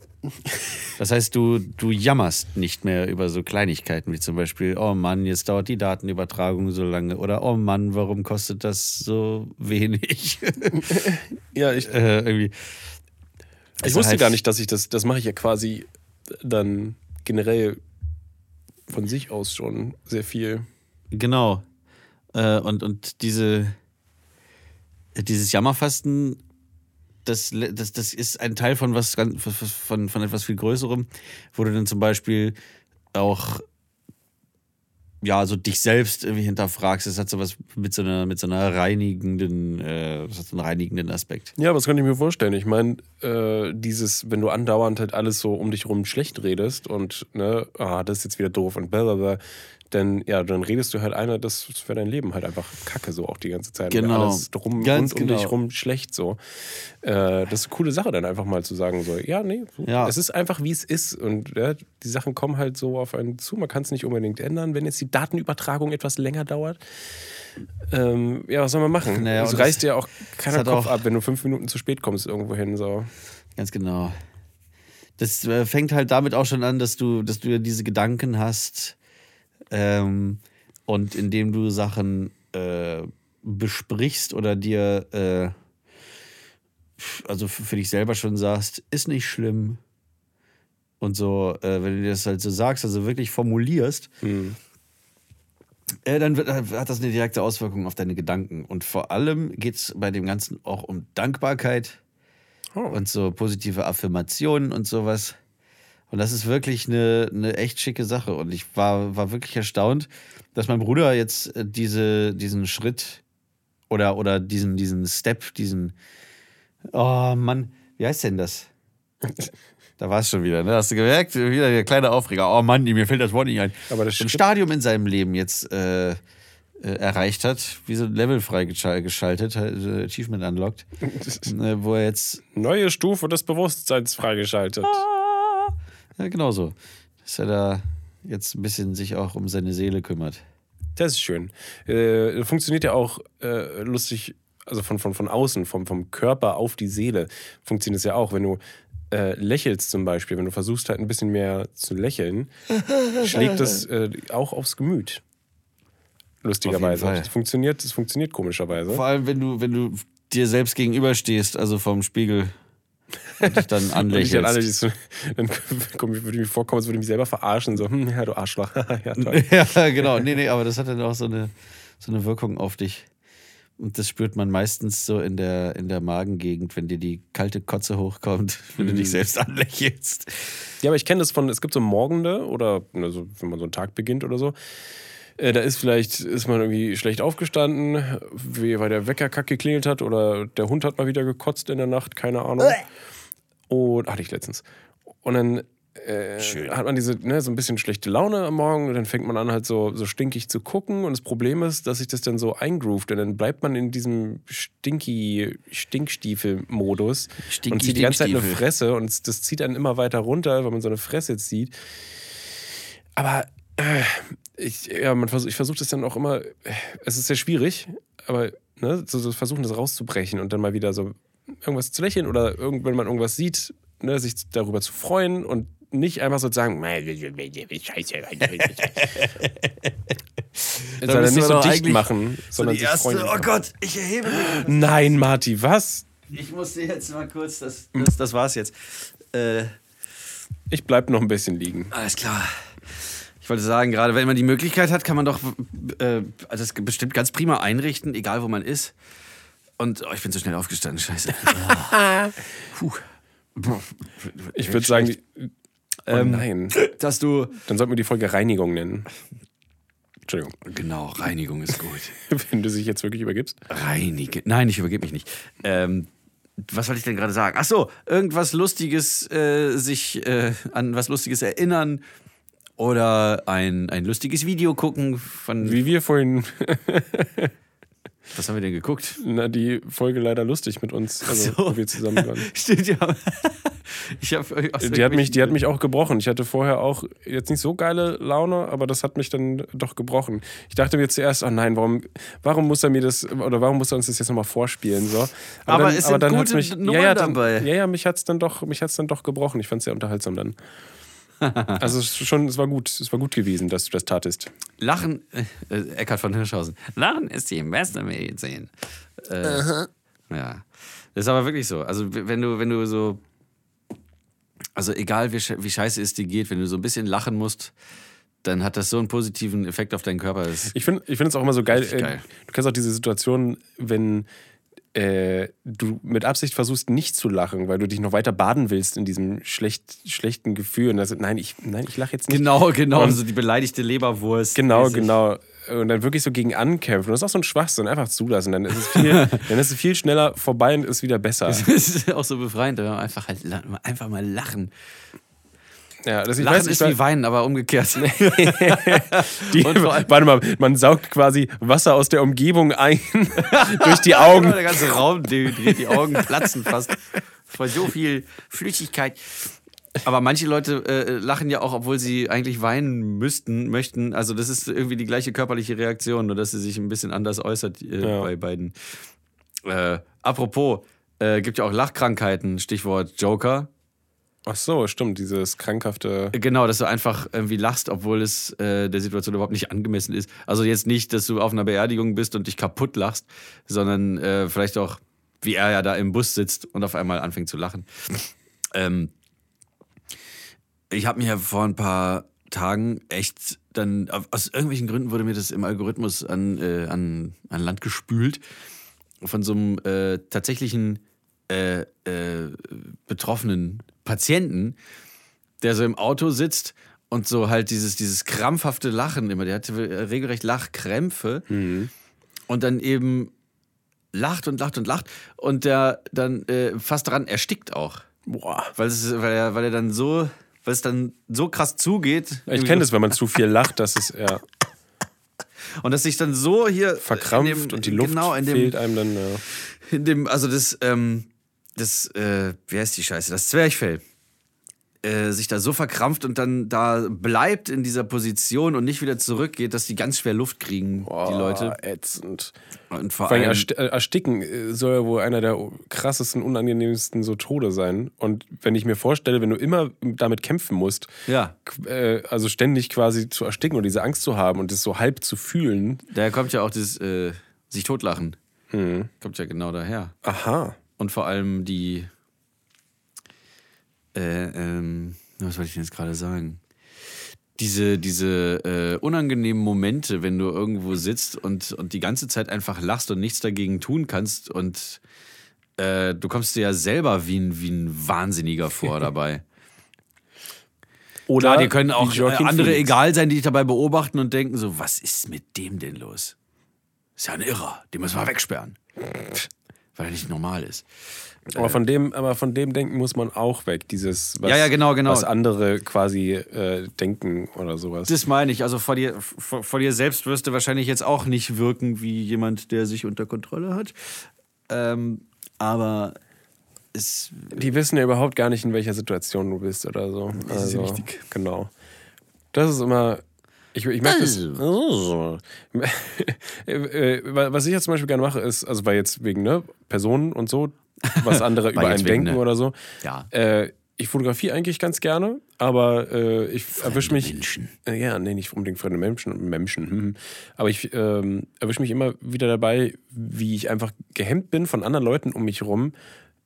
Das heißt, du, du jammerst nicht mehr über so Kleinigkeiten wie zum Beispiel, oh Mann, jetzt dauert die Datenübertragung so lange oder oh Mann, warum kostet das so wenig? ja, ich, äh, irgendwie. ich Also wusste halt- gar nicht, dass ich das, das mache ich ja quasi dann generell von sich aus schon sehr viel. Genau. Äh, und, und diese, äh, dieses Jammerfasten, das, le- das, das ist ein Teil von was ganz- von, von, von etwas viel Größerem, wo du dann zum Beispiel auch ja, so dich selbst irgendwie hinterfragst. Das hat sowas mit so einer, mit so einer reinigenden, äh, das hat so einen reinigenden Aspekt. Ja, was könnte ich mir vorstellen? Ich meine, äh, dieses, wenn du andauernd halt alles so um dich rum schlecht redest und, ne, ah, das ist jetzt wieder doof und blablabla, dann, ja, dann redest du halt einer, das für dein Leben halt einfach Kacke so auch die ganze Zeit. Und Genau. Alles drum Ganz und um dich genau. rum schlecht so. Äh, das ist eine coole Sache, dann einfach mal zu sagen so, ja, nee, so, Ja. es ist einfach, wie es ist und ja, die Sachen kommen halt so auf einen zu, man kann es nicht unbedingt ändern, wenn jetzt die Datenübertragung etwas länger dauert. Ähm, ja, was soll man machen? Naja, es und das- reißt dir auch keiner hat Kopf auch- ab, wenn du fünf Minuten zu spät kommst irgendwo hin. So. Ganz genau. Das äh, fängt halt damit auch schon an, dass du, dass du ja diese Gedanken hast ähm, und indem du Sachen äh, besprichst oder dir, äh, also f- für dich selber schon sagst, ist nicht schlimm. Und so, äh, wenn du dir das halt so sagst, also wirklich formulierst, äh, dann wird, hat das eine direkte Auswirkung auf deine Gedanken. Und vor allem geht es bei dem Ganzen auch um Dankbarkeit und so positive Affirmationen und sowas. Und das ist wirklich eine, eine echt schicke Sache. Und ich war, war wirklich erstaunt, dass mein Bruder jetzt äh, diese, diesen Schritt oder, oder diesen, diesen Step, diesen. Oh Mann, wie heißt denn das? Da war es schon wieder, ne? Hast du gemerkt? Wieder der kleine Aufreger. Oh Mann, mir fällt das Wort nicht ein. Aber ein das Schritt- Stadium in seinem Leben jetzt äh, äh, erreicht hat, wie so ein Level freigeschaltet, äh, Achievement unlocked, äh, wo er jetzt, Neue Stufe des Bewusstseins freigeschaltet. Ah. ja genau so, dass er da jetzt ein bisschen sich auch um seine Seele kümmert. Das ist schön. Äh, funktioniert ja auch äh, lustig, also von, von, von außen, vom, vom Körper auf die Seele funktioniert es ja auch, wenn du äh, lächelst zum Beispiel, wenn du versuchst halt ein bisschen mehr zu lächeln, schlägt das äh, auch aufs Gemüt. Lustigerweise. Fall. Das funktioniert, das funktioniert komischerweise. Vor allem, wenn du, wenn du dir selbst gegenüberstehst, also vom Spiegel, und dich dann Wenn ich dann alle anlächelst. diese, dann komm, ich- würde ich mir vorkommen, als würde ich mich selber verarschen. So, hm, ja, du Arschloch. ja, toll. ja, genau. Nee, nee, aber das hat dann auch so eine, so eine Wirkung auf dich. Und das spürt man meistens so in der, in der Magengegend, wenn dir die kalte Kotze hochkommt, wenn du Mhm. dich selbst anlächelst. Ja, aber ich kenne das von, es gibt so Morgende oder ne, so, wenn man so einen Tag beginnt oder so. Äh, da ist vielleicht, ist man irgendwie schlecht aufgestanden, wie, weil der Wecker kack geklingelt hat oder der Hund hat mal wieder gekotzt in der Nacht, keine Ahnung. Und hatte ich letztens. Und dann äh, hat man diese, ne, so ein bisschen schlechte Laune am Morgen und dann fängt man an, halt so, so stinkig zu gucken. Und das Problem ist, dass sich das dann so eingroovt und dann bleibt man in diesem stinky, Stinkstiefel-Modus Stinky und zieht die ganze Zeit halt eine Stinkstiefel. Fresse und es- das zieht einen immer weiter runter, wenn man so eine Fresse zieht. Aber äh, ich, ja, man versuch, ich versuche das dann auch immer, äh, es ist sehr schwierig, aber ne, so, so versuchen, das rauszubrechen und dann mal wieder so irgendwas zu lächeln oder irgend, wenn man irgendwas sieht, ne, sich darüber zu freuen und nicht einfach so zu sagen, scheiße. müsste Sondern nicht man so doch dicht eigentlich machen, sondern sich freuen. oh Gott, ich erhebe mich. Nein, Marti, was? Ich musste jetzt mal kurz, das, das, das war's jetzt. Äh, Ich bleib noch ein bisschen liegen. alles klar. Ich wollte sagen, gerade wenn man die Möglichkeit hat, kann man doch äh, das bestimmt ganz prima einrichten, egal wo man ist. Und oh, ich bin zu schnell aufgestanden, scheiße. Puh. Ich würde sagen, oh Ähm, nein. dass du. Dann sollten wir die Folge Reinigung nennen. Entschuldigung, Genau, Reinigung ist gut. wenn du dich jetzt wirklich übergibst. Reinige. Nein, ich übergebe mich nicht. Ähm, was wollte ich denn gerade sagen? Ach so, irgendwas Lustiges, äh, sich äh, an was Lustiges erinnern oder ein, ein lustiges Video gucken von. Wie wir vorhin, Was haben wir denn geguckt? na, die Folge leider lustig mit uns, also so. wo wir zusammen waren. Stimmt, ja. Ich hab, Die hat, mich, die hat mich auch gebrochen. Ich hatte vorher auch jetzt nicht so geile Laune, aber das hat mich dann doch gebrochen. Ich dachte mir zuerst, oh nein, warum, warum muss er mir das oder warum muss er uns das jetzt nochmal vorspielen? So. Aber es sind hat's gute Nummern ja, ja, dann, dabei. Ja, ja, mich hat es dann, doch- mich hat's dann doch gebrochen. Ich fand es sehr unterhaltsam dann. Also es ist schon, es war gut, es war gut gewesen, dass du das tatest. Lachen, äh, äh, Eckhard von Hirschhausen. Lachen ist die beste Medizin. Äh, Ja. Das ist aber wirklich so. Also, w- wenn du, wenn du so. Also, egal wie, sche- wie scheiße es dir geht, wenn du so ein bisschen lachen musst, dann hat das so einen positiven Effekt auf deinen Körper. Das, Ich finde ich find es auch immer so geil, Richtig äh, geil. Du kennst auch diese Situation, wenn äh, du mit Absicht versuchst, nicht zu lachen, weil du dich noch weiter baden willst in diesem schlecht, schlechten Gefühl. Und das, nein, ich, nein, ich lache jetzt nicht. genau, genau. Und- so die beleidigte Leberwurst. Genau, mäßig. genau. Und dann wirklich so gegen ankämpfen. Das ist auch so ein Schwachsinn, einfach zulassen. Dann ist es viel, dann ist es viel schneller vorbei und ist wieder besser. Das ist auch so befreiend, wenn man einfach, halt, la- einfach mal lachen. Ja, das, ich Lachen weiß, ich ist weiß- wie Weinen, aber umgekehrt. Die, Und vor allem- warte mal, man saugt quasi Wasser aus der Umgebung ein durch die Augen. Der ganze Raum dehydriert, die Augen platzen fast vor so viel Flüssigkeit. Aber manche Leute äh, lachen ja auch, obwohl sie eigentlich weinen müssten, möchten. Also das ist irgendwie die gleiche körperliche Reaktion, nur dass sie sich ein bisschen anders äußert äh, Ja. bei beiden. Äh, apropos, äh, gibt ja auch Lachkrankheiten, Stichwort Joker. Ach so, stimmt, dieses krankhafte. Genau, dass du einfach irgendwie lachst, obwohl es äh, der Situation überhaupt nicht angemessen ist. Also jetzt nicht, dass du auf einer Beerdigung bist und dich kaputt lachst, sondern äh, vielleicht auch, wie er ja da im Bus sitzt und auf einmal anfängt zu lachen. Ähm, ich habe mir vor ein paar Tagen echt dann, aus irgendwelchen Gründen wurde mir das im Algorithmus an, äh, an, an Land gespült, von so einem äh, tatsächlichen äh, äh, betroffenen Patienten, der so im Auto sitzt und so halt dieses, dieses krampfhafte Lachen immer, der hatte äh, regelrecht Lachkrämpfe und dann eben lacht und lacht und lacht und der dann äh, fast daran erstickt auch, Boah. weil, es, weil, er, weil er dann so, weil es dann so krass zugeht. Ich kenne das, wenn man zu viel lacht, dass es ja. Und dass sich dann so hier. äh, in Verkrampft dem- und die Luft Genau, in dem, fehlt einem dann. Ja. in dem, also das, ähm, das, äh, wie heißt die Scheiße? Das Zwerchfell. Äh, sich da so verkrampft und dann da bleibt in dieser Position und nicht wieder zurückgeht, dass die ganz schwer Luft kriegen, die Boah, Leute. Ätzend. Und vor Vor allem allem, erst- äh, ersticken äh, soll ja wohl einer der krassesten, unangenehmsten so Tode sein. Und wenn ich mir vorstelle, wenn du immer damit kämpfen musst, Ja. qu- äh, also ständig quasi zu ersticken und diese Angst zu haben und das so halb zu fühlen. daher kommt ja auch das äh, sich totlachen. Kommt ja genau daher. Aha. Und vor allem die. Äh, ähm, was wollte ich denn jetzt gerade sagen? Diese, diese äh, unangenehmen Momente, wenn du irgendwo sitzt und, und die ganze Zeit einfach lachst und nichts dagegen tun kannst und äh, du kommst dir ja selber wie ein, wie ein Wahnsinniger vor dabei. Oder Klar, dir können wie auch äh, Joaquin andere Phoenix. egal sein, die dich dabei beobachten und denken so, was ist mit dem denn los? Ist ja ein Irrer, den müssen wir wegsperren. Weil er nicht normal ist. Aber von dem, aber von dem Denken muss man auch weg. Dieses, was, Ja, ja, genau, genau. was andere quasi äh, denken oder sowas. Das meine ich. Also vor dir, vor, vor dir selbst wirst du wahrscheinlich jetzt auch nicht wirken wie jemand, der sich unter Kontrolle hat. Ähm, aber es, die wissen ja überhaupt gar nicht, in welcher Situation du bist oder so. Das also, ist wichtig. Genau. Das ist immer. Ich, ich merke das. Äh, Was ich jetzt zum Beispiel gerne mache, ist, also weil jetzt wegen ne, Personen und so, was andere über Weil jetzt einen wegen, denken ne? oder so. Ja. Äh, ich fotografiere eigentlich ganz gerne, aber äh, ich erwische mich. Menschen. Äh, Ja, nee, nicht unbedingt fremde Menschen. Menschen. Hm. Aber ich ähm, erwische mich immer wieder dabei, wie ich einfach gehemmt bin von anderen Leuten um mich rum,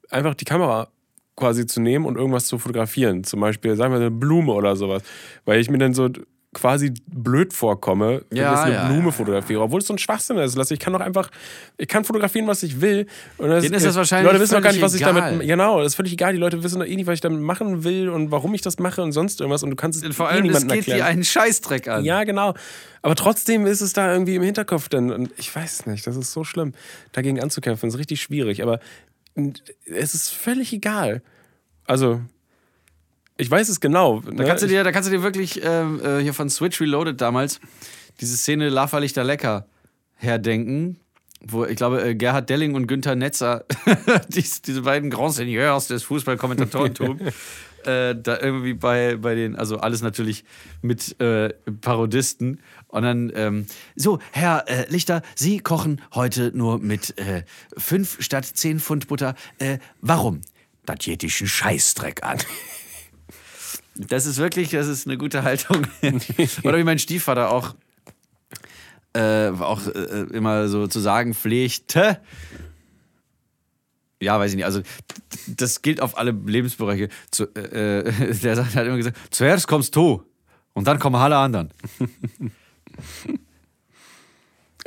einfach die Kamera quasi zu nehmen und irgendwas zu fotografieren. Zum Beispiel, sagen wir eine Blume oder sowas. Weil ich mir dann so quasi blöd vorkomme, wenn Ja, ich jetzt eine ja, Blume ja. fotografiere. Obwohl es so ein Schwachsinn ist. Lass- Ich kann doch einfach, ich kann fotografieren, was ich will. Und das, Denen ist das die wahrscheinlich Leute wissen doch gar nicht, völlig was ich egal. damit. Genau, das ist völlig egal. Die Leute wissen doch eh nicht, was ich damit machen will und warum ich das mache und sonst irgendwas. Und du kannst es Äh, Vor eh allem, es niemandem geht dir erklären. einen Scheißdreck an. Ja, genau. Aber trotzdem ist es da irgendwie im Hinterkopf dann. Und ich weiß nicht, das ist so schlimm. Dagegen anzukämpfen ist richtig schwierig. Aber es ist völlig egal. Also, ich weiß es genau. Da kannst, du dir, da kannst du dir wirklich ähm, äh, hier von Switch Reloaded damals diese Szene Laferlichter Lecker herdenken, wo ich glaube, äh, Gerhard Delling und Günther Netzer, dies, diese beiden Grand Seigneurs des Fußballkommentatorentums, äh, da irgendwie bei, bei den, also alles natürlich mit äh, Parodisten. Und dann, ähm, so, Herr äh, Lichter, Sie kochen heute nur mit äh, fünf statt zehn Pfund Butter. Äh, warum? Das geht dich einen Scheißdreck an. Das ist wirklich, das ist eine gute Haltung. Oder wie mein Stiefvater auch, äh, auch äh, immer so zu sagen pflegte. Ja, weiß ich nicht. Also, d- das gilt auf alle Lebensbereiche. Zu, äh, äh, der sagt- hat immer gesagt: Zuerst kommst du und dann kommen alle anderen.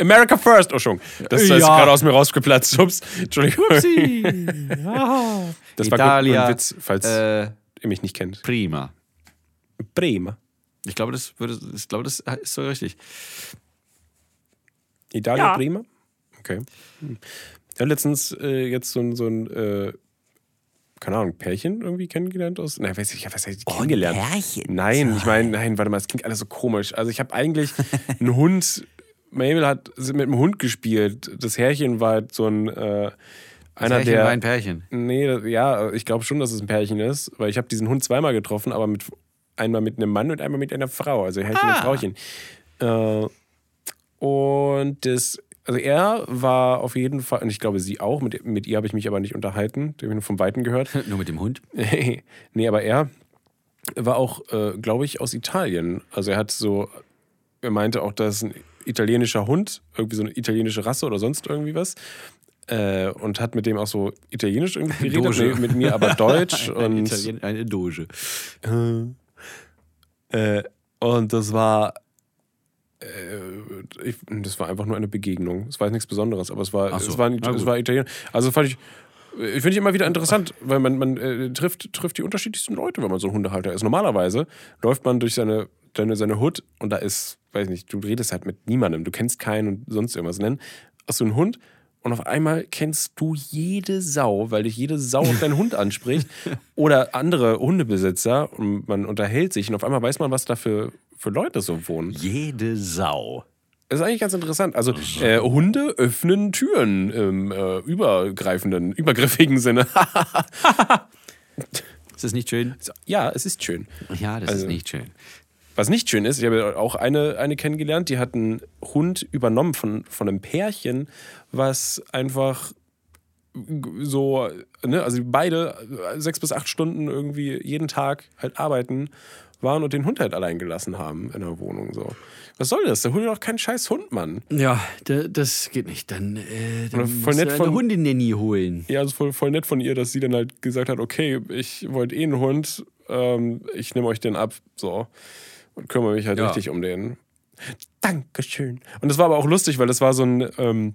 America First, oh schon. Das ist Ja. gerade aus mir rausgeplatzt. Ups, Entschuldigung. Das war gut, Italia, nur ein Witz, falls Äh, ihr mich nicht kennt. prima. Bremen. Ich glaube, das, würde, ich glaube, das ist so richtig. Italia Prima? Okay. Hm. Ja, letztens äh, jetzt so ein, so ein äh, keine Ahnung, Pärchen irgendwie kennengelernt aus. Nein, weiß ich, ja, was heißt kennengelernt? Pärchen. Nein, ich meine, nein, warte mal, das klingt alles so komisch. Also ich habe eigentlich einen Hund, Mabel hat mit einem Hund gespielt. Das Härchen war halt so ein äh, einer Pärchen der war ein Pärchen. Nee, das- ja, ich glaube schon, dass es ein Pärchen ist, weil ich habe diesen Hund zweimal getroffen, aber mit einmal mit einem Mann und einmal mit einer Frau, also Herrchen und Frauchen. Äh, und das, also er war auf jeden Fall, und ich glaube sie auch, mit, mit ihr habe ich mich aber nicht unterhalten, den habe ich nur vom Weiten gehört. Nur mit dem Hund. nee, aber er war auch, äh, glaube ich, aus Italien. Also er hat so, er meinte auch, dass ein italienischer Hund, irgendwie so eine italienische Rasse oder sonst irgendwie was. Äh, und hat mit dem auch so italienisch irgendwie geredet, Doge. nee, mit mir aber deutsch. Ein und Italien, eine Doge. Äh, und das war. Äh, ich, das war einfach nur eine Begegnung. Es war jetzt nichts Besonderes, aber es war, Ach so, es war, na gut. es war Italien. Also fand ich. Ich finde ich immer wieder interessant, weil man, man äh, trifft, trifft die unterschiedlichsten Leute, wenn man so ein Hundehalter ist. Normalerweise läuft man durch seine, seine, seine Hood und da ist, weiß nicht, du redest halt mit niemandem, du kennst keinen und sonst irgendwas. Nennen hast du einen Hund und auf einmal kennst du jede Sau, weil dich jede Sau auf deinen Hund anspricht oder andere Hundebesitzer und man unterhält sich und auf einmal weiß man, was da für, für Leute so wohnen. Jede Sau. Das ist eigentlich ganz interessant. Also äh, Hunde öffnen Türen im äh, übergreifenden, übergriffigen Sinne. Ist das nicht schön? ja, es ist schön. Ja, das Also- ist nicht schön. Was nicht schön ist, ich habe auch eine, eine kennengelernt, die hat einen Hund übernommen von, von einem Pärchen, was einfach g- so, ne, also beide sechs bis acht Stunden irgendwie jeden Tag halt arbeiten waren und den Hund halt allein gelassen haben in der Wohnung. So. Was soll das? Der Hund ist doch kein scheiß Hund, Mann. Ja, da- das geht nicht. Dann, äh, dann Oder voll musst nett du eine von- Hundenanny holen. Ja, also voll, voll nett von ihr, dass sie dann halt gesagt hat, okay, ich wollte eh einen Hund, ähm, ich nehme euch den ab, so. Und kümmere mich halt Ja. richtig um den. Dankeschön. Und das war aber auch lustig, weil das war so ein ähm,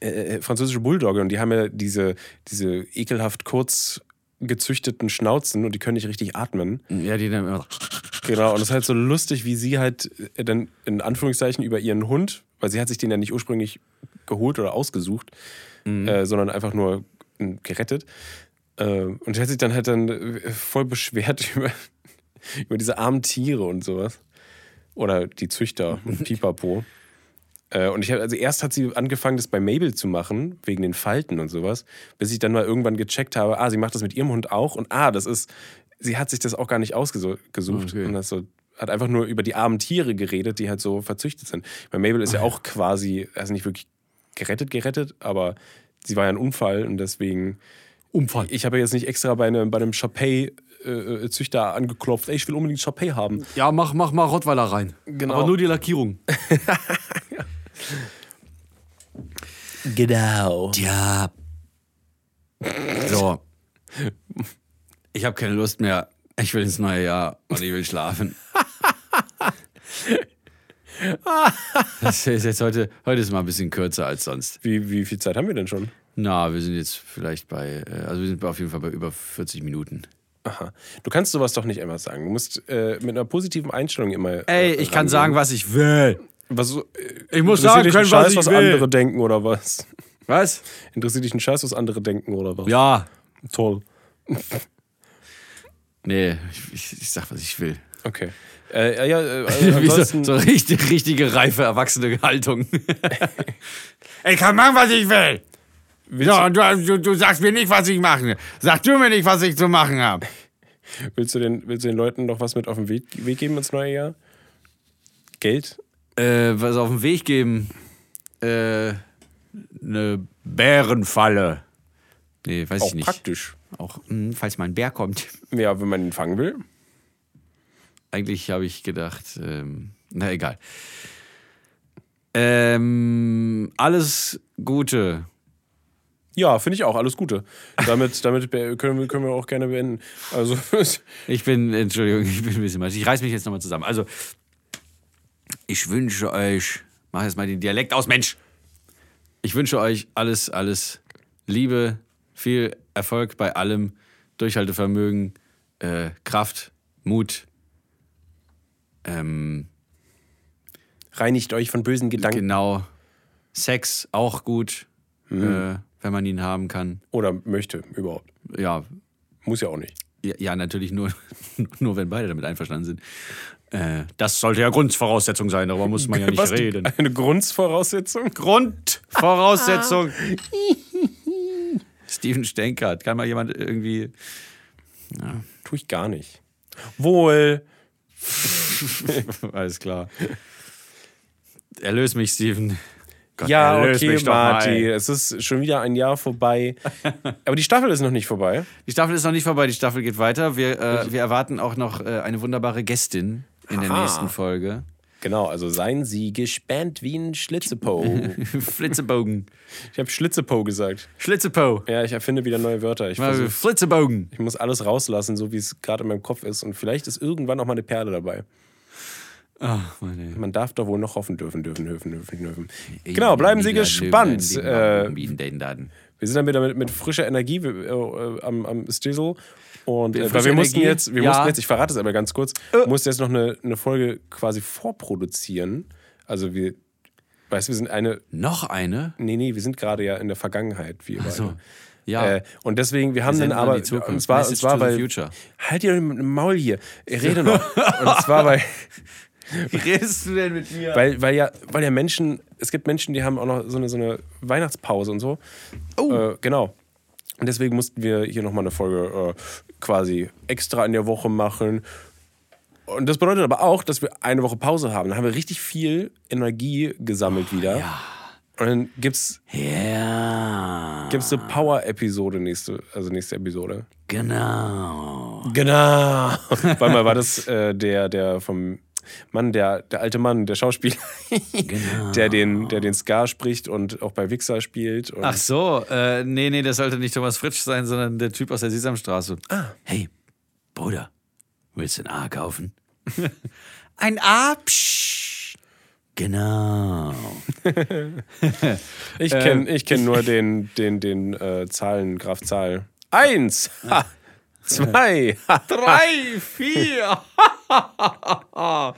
äh, französische Bulldogge und die haben ja diese, diese ekelhaft kurz gezüchteten Schnauzen und die können nicht richtig atmen. Ja, die dann immer. Genau, und es ist halt so lustig, wie sie halt äh, dann in Anführungszeichen über ihren Hund, weil sie hat sich den ja nicht ursprünglich geholt oder ausgesucht, äh, sondern einfach nur äh, gerettet. Äh, und hat sich dann halt dann äh, voll beschwert über, über diese armen Tiere und sowas. Oder die Züchter, und Pipapo. Äh, und ich hab, also erst hat sie angefangen, das bei Mabel zu machen, wegen den Falten und sowas, bis ich dann mal irgendwann gecheckt habe, ah, sie macht das mit ihrem Hund auch und ah, das ist, sie hat sich das auch gar nicht ausgesucht Okay. und hat, so, hat einfach nur über die armen Tiere geredet, die halt so verzüchtet sind. Weil Mabel ist ja auch quasi, also nicht wirklich gerettet, gerettet, aber sie war ja ein Unfall und deswegen Umfall. ich habe jetzt nicht extra bei einem, bei einem Chapey-Züchter angeklopft, ey, ich will unbedingt Chapey haben. Ja, mach, mach mal Rottweiler rein. Genau. Aber nur die Lackierung. Genau. Ja. So. Ich habe keine Lust mehr. Ich will ins neue Jahr und ich will schlafen. Das ist jetzt heute, heute ist mal ein bisschen kürzer als sonst. Wie, wie viel Zeit haben wir denn schon? Na, wir sind jetzt vielleicht bei, äh, also wir sind auf jeden Fall bei über 40 Minuten. Aha. Du kannst sowas doch nicht immer sagen. Du musst äh, mit einer positiven Einstellung immer. Ey, äh, ich kann rangehen. sagen, was ich will. Was, so- äh, Ich muss interessiert sagen dich können, ein Scheiß, was ich was will. andere denken oder was? Was? Interessiert dich ein Scheiß, was andere denken oder was? Ja. Toll. Nee, ich, ich, ich sag, was ich will. Okay. Äh, ja, ja, äh, also Wie so, ansonsten, so richtig, richtige, reife, erwachsene Haltung. ich kann machen, was ich will. Ja, und du, du, du sagst mir nicht, was ich machen. Sag du mir nicht, was ich zu machen habe. willst, du den, willst du den Leuten noch was mit auf den Weg, Weg geben ins neue Jahr? Geld? Äh, was auf den Weg geben? Äh, eine Bärenfalle. Nee, weiß ich Auch nicht. praktisch. Auch, mh, falls mal ein Bär kommt. Ja, wenn man ihn fangen will. Eigentlich habe ich gedacht, ähm, na egal. Ähm, alles Gute. Ja, finde ich auch. Alles Gute. Damit, damit be- können, wir, können wir auch gerne beenden. Also, Ich bin, Entschuldigung, ich bin ein bisschen mal. Ich reiß mich jetzt nochmal zusammen. Also, ich wünsche euch, mach jetzt mal den Dialekt aus, Mensch. Ich wünsche euch alles, alles Liebe, viel Erfolg bei allem, Durchhaltevermögen, äh, Kraft, Mut. Ähm, reinigt euch von bösen Gedanken. genau. Sex auch gut, Hm. äh, wenn man ihn haben kann. Oder möchte überhaupt. Ja, Muss ja auch nicht. Ja, ja, natürlich nur, nur wenn beide damit einverstanden sind. Äh, das sollte ja Grundvoraussetzung sein, darüber muss man ja nicht Was? reden. Eine Grundvoraussetzung? Grundvoraussetzung. Steven Stenkert, kann mal jemand irgendwie. Tue ich gar nicht. Wohl. Alles klar. Erlöse mich, Steven. Gott, ja, erlös okay, mich doch mal. Marty. Es ist schon wieder ein Jahr vorbei. Aber die Staffel ist noch nicht vorbei. Die Staffel ist noch nicht vorbei, die Staffel geht weiter. Wir, äh, wir erwarten auch noch äh, eine wunderbare Gästin in der Aha. nächsten Folge. Genau, also seien Sie gespannt wie ein Schlitzepo. Flitzebogen. ich habe Schlitzepo gesagt. Schlitzepo. Ja, ich erfinde wieder neue Wörter. Ich, Also versuch, Flitzebogen. ich muss alles rauslassen, so wie es gerade in meinem Kopf ist. Und vielleicht ist irgendwann auch mal eine Perle dabei. Ach, meine. Man darf doch wohl noch hoffen dürfen, dürfen, dürfen, dürfen, dürfen. Genau, bleiben Sie gespannt. Äh, Wir sind dann wieder mit, mit frischer Energie äh, äh, am, am Stizzle. Und äh, weil frische wir mussten Energie? jetzt, wir Ja. Äh. mussten jetzt, ich verrate es aber ganz kurz, mussten jetzt noch eine, eine Folge quasi vorproduzieren. Also wir, weißt du, wir sind eine, Noch eine? nee, nee, wir sind gerade ja in der Vergangenheit, wie so. Ja. Äh, und deswegen, wir haben senden dann an aber, die Zukunft. und zwar, und Message zwar to the weil, future. halt ihr im Maul hier, ich rede noch. und zwar, weil, Wie redest du denn mit mir? Weil, weil, ja, weil ja Menschen, es gibt Menschen, die haben auch noch so eine, so eine Weihnachtspause und so. Oh. Äh, genau. Und deswegen mussten wir hier nochmal eine Folge äh, quasi extra in der Woche machen. Und das bedeutet aber auch, dass wir eine Woche Pause haben. Da haben wir richtig viel Energie gesammelt wieder. Und dann gibt's, Ja, gibt's eine Power-Episode nächste, also nächste Episode. genau. Genau. Weil mal war das äh, der, der vom Mann, der, der alte Mann, der Schauspieler, der den, der den Scar spricht und auch bei Wixer spielt. Und Ach so, äh, nee, nee, das sollte nicht Thomas Fritsch sein, sondern der Typ aus der Sesamstraße. Ah. Hey, Bruder, willst du ein A kaufen? ein A? Psch. Genau. ich kenne äh, ich kenn nur den, den, den äh, Zahlen, Graf Zahl. Eins! Ha, zwei! Ha, Drei, vier. ja.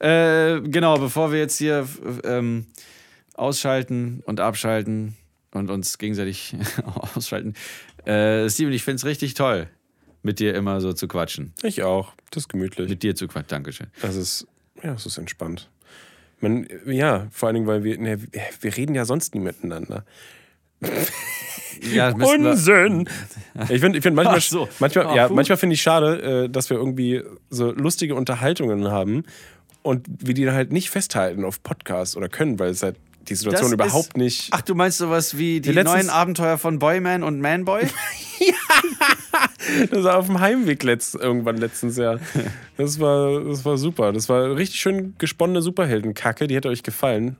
Äh, genau, bevor wir jetzt hier f- ähm, ausschalten und abschalten und uns gegenseitig ausschalten. Äh, Steven, ich finde es richtig toll, mit dir immer so zu quatschen. ich auch. Das ist gemütlich. Mit dir zu quatschen. Dankeschön. Das ist, ja, das ist entspannt. Man, ja, vor allen Dingen, weil wir, ne, wir reden ja sonst nie miteinander. Ja, müssen wir- Unsinn! Ich finde ich find manchmal, Ach so. manchmal, Ah, ja, puh. manchmal finde ich schade, äh, dass wir irgendwie so lustige Unterhaltungen haben und wir die dann halt nicht festhalten auf Podcast oder können, weil es halt die Situation Das überhaupt ist- nicht. Ach, du meinst sowas wie die letztens- neuen Abenteuer von Boyman und Manboy? Das war auf dem Heimweg letzt, irgendwann letztens Jahr. Das war, das war super. Das war richtig schön gesponnene Superheldenkacke. Die hätte euch gefallen.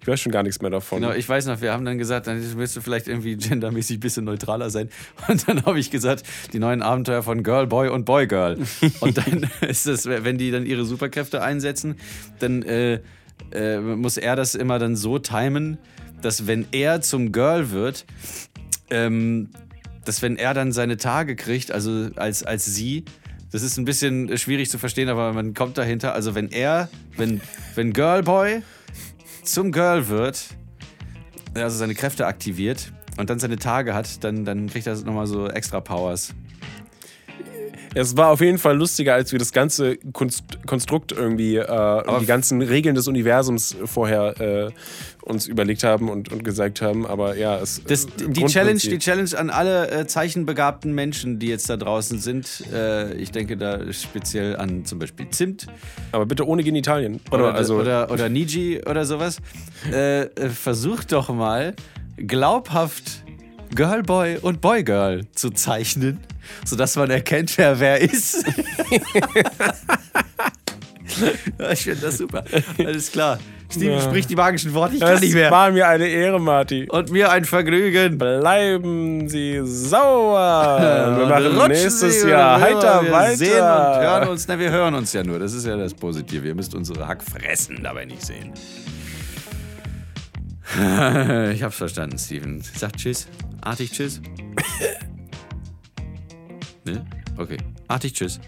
Ich weiß schon gar nichts mehr davon. genau, ich weiß noch, wir haben dann gesagt, dann willst du vielleicht irgendwie gendermäßig ein bisschen neutraler sein. Und dann habe ich gesagt, die neuen Abenteuer von Girl Boy und Boy Girl. Und dann ist es, wenn die dann ihre Superkräfte einsetzen, dann äh, äh, muss er das immer dann so timen, dass wenn er zum Girl wird, ähm, dass wenn er dann seine Tage kriegt, also als, als sie, das ist ein bisschen schwierig zu verstehen, aber man kommt dahinter. Also wenn er, wenn, wenn Girlboy zum Girl wird, also seine Kräfte aktiviert und dann seine Tage hat, dann, dann kriegt er nochmal so extra Powers. Es war auf jeden Fall lustiger, als wir das ganze Kunst Konstrukt irgendwie, äh, und die ganzen Regeln des Universums vorher äh, uns überlegt haben und, und gesagt haben. Aber ja, es äh, Das, im die, Grundprinzip- Challenge, die Challenge an alle äh, zeichenbegabten Menschen, die jetzt da draußen sind, äh, ich denke da speziell an zum Beispiel Zimt, Aber bitte ohne Genitalien. Oder, oder, also, oder, oder Niji oder sowas. Äh, äh, versucht doch mal glaubhaft Girlboy und Boygirl zu zeichnen, sodass man erkennt, wer wer ist. ja, ich finde das super. Alles klar. Steven spricht die magischen Worte, ich kann das nicht mehr. war mir eine Ehre, Marty. Und mir ein Vergnügen. Bleiben Sie sauer. Wir Und machen rutschen nächstes Sie, Jahr oder wie auch immer. heiter wir weiter. Sehen und hören uns. Na, wir hören uns ja nur. Das ist ja das Positive. Ihr müsst unsere Hackfressen dabei nicht sehen. ich hab's verstanden, Steven. Sag Tschüss. Artig Tschüss. ne? Okay. Artig Tschüss.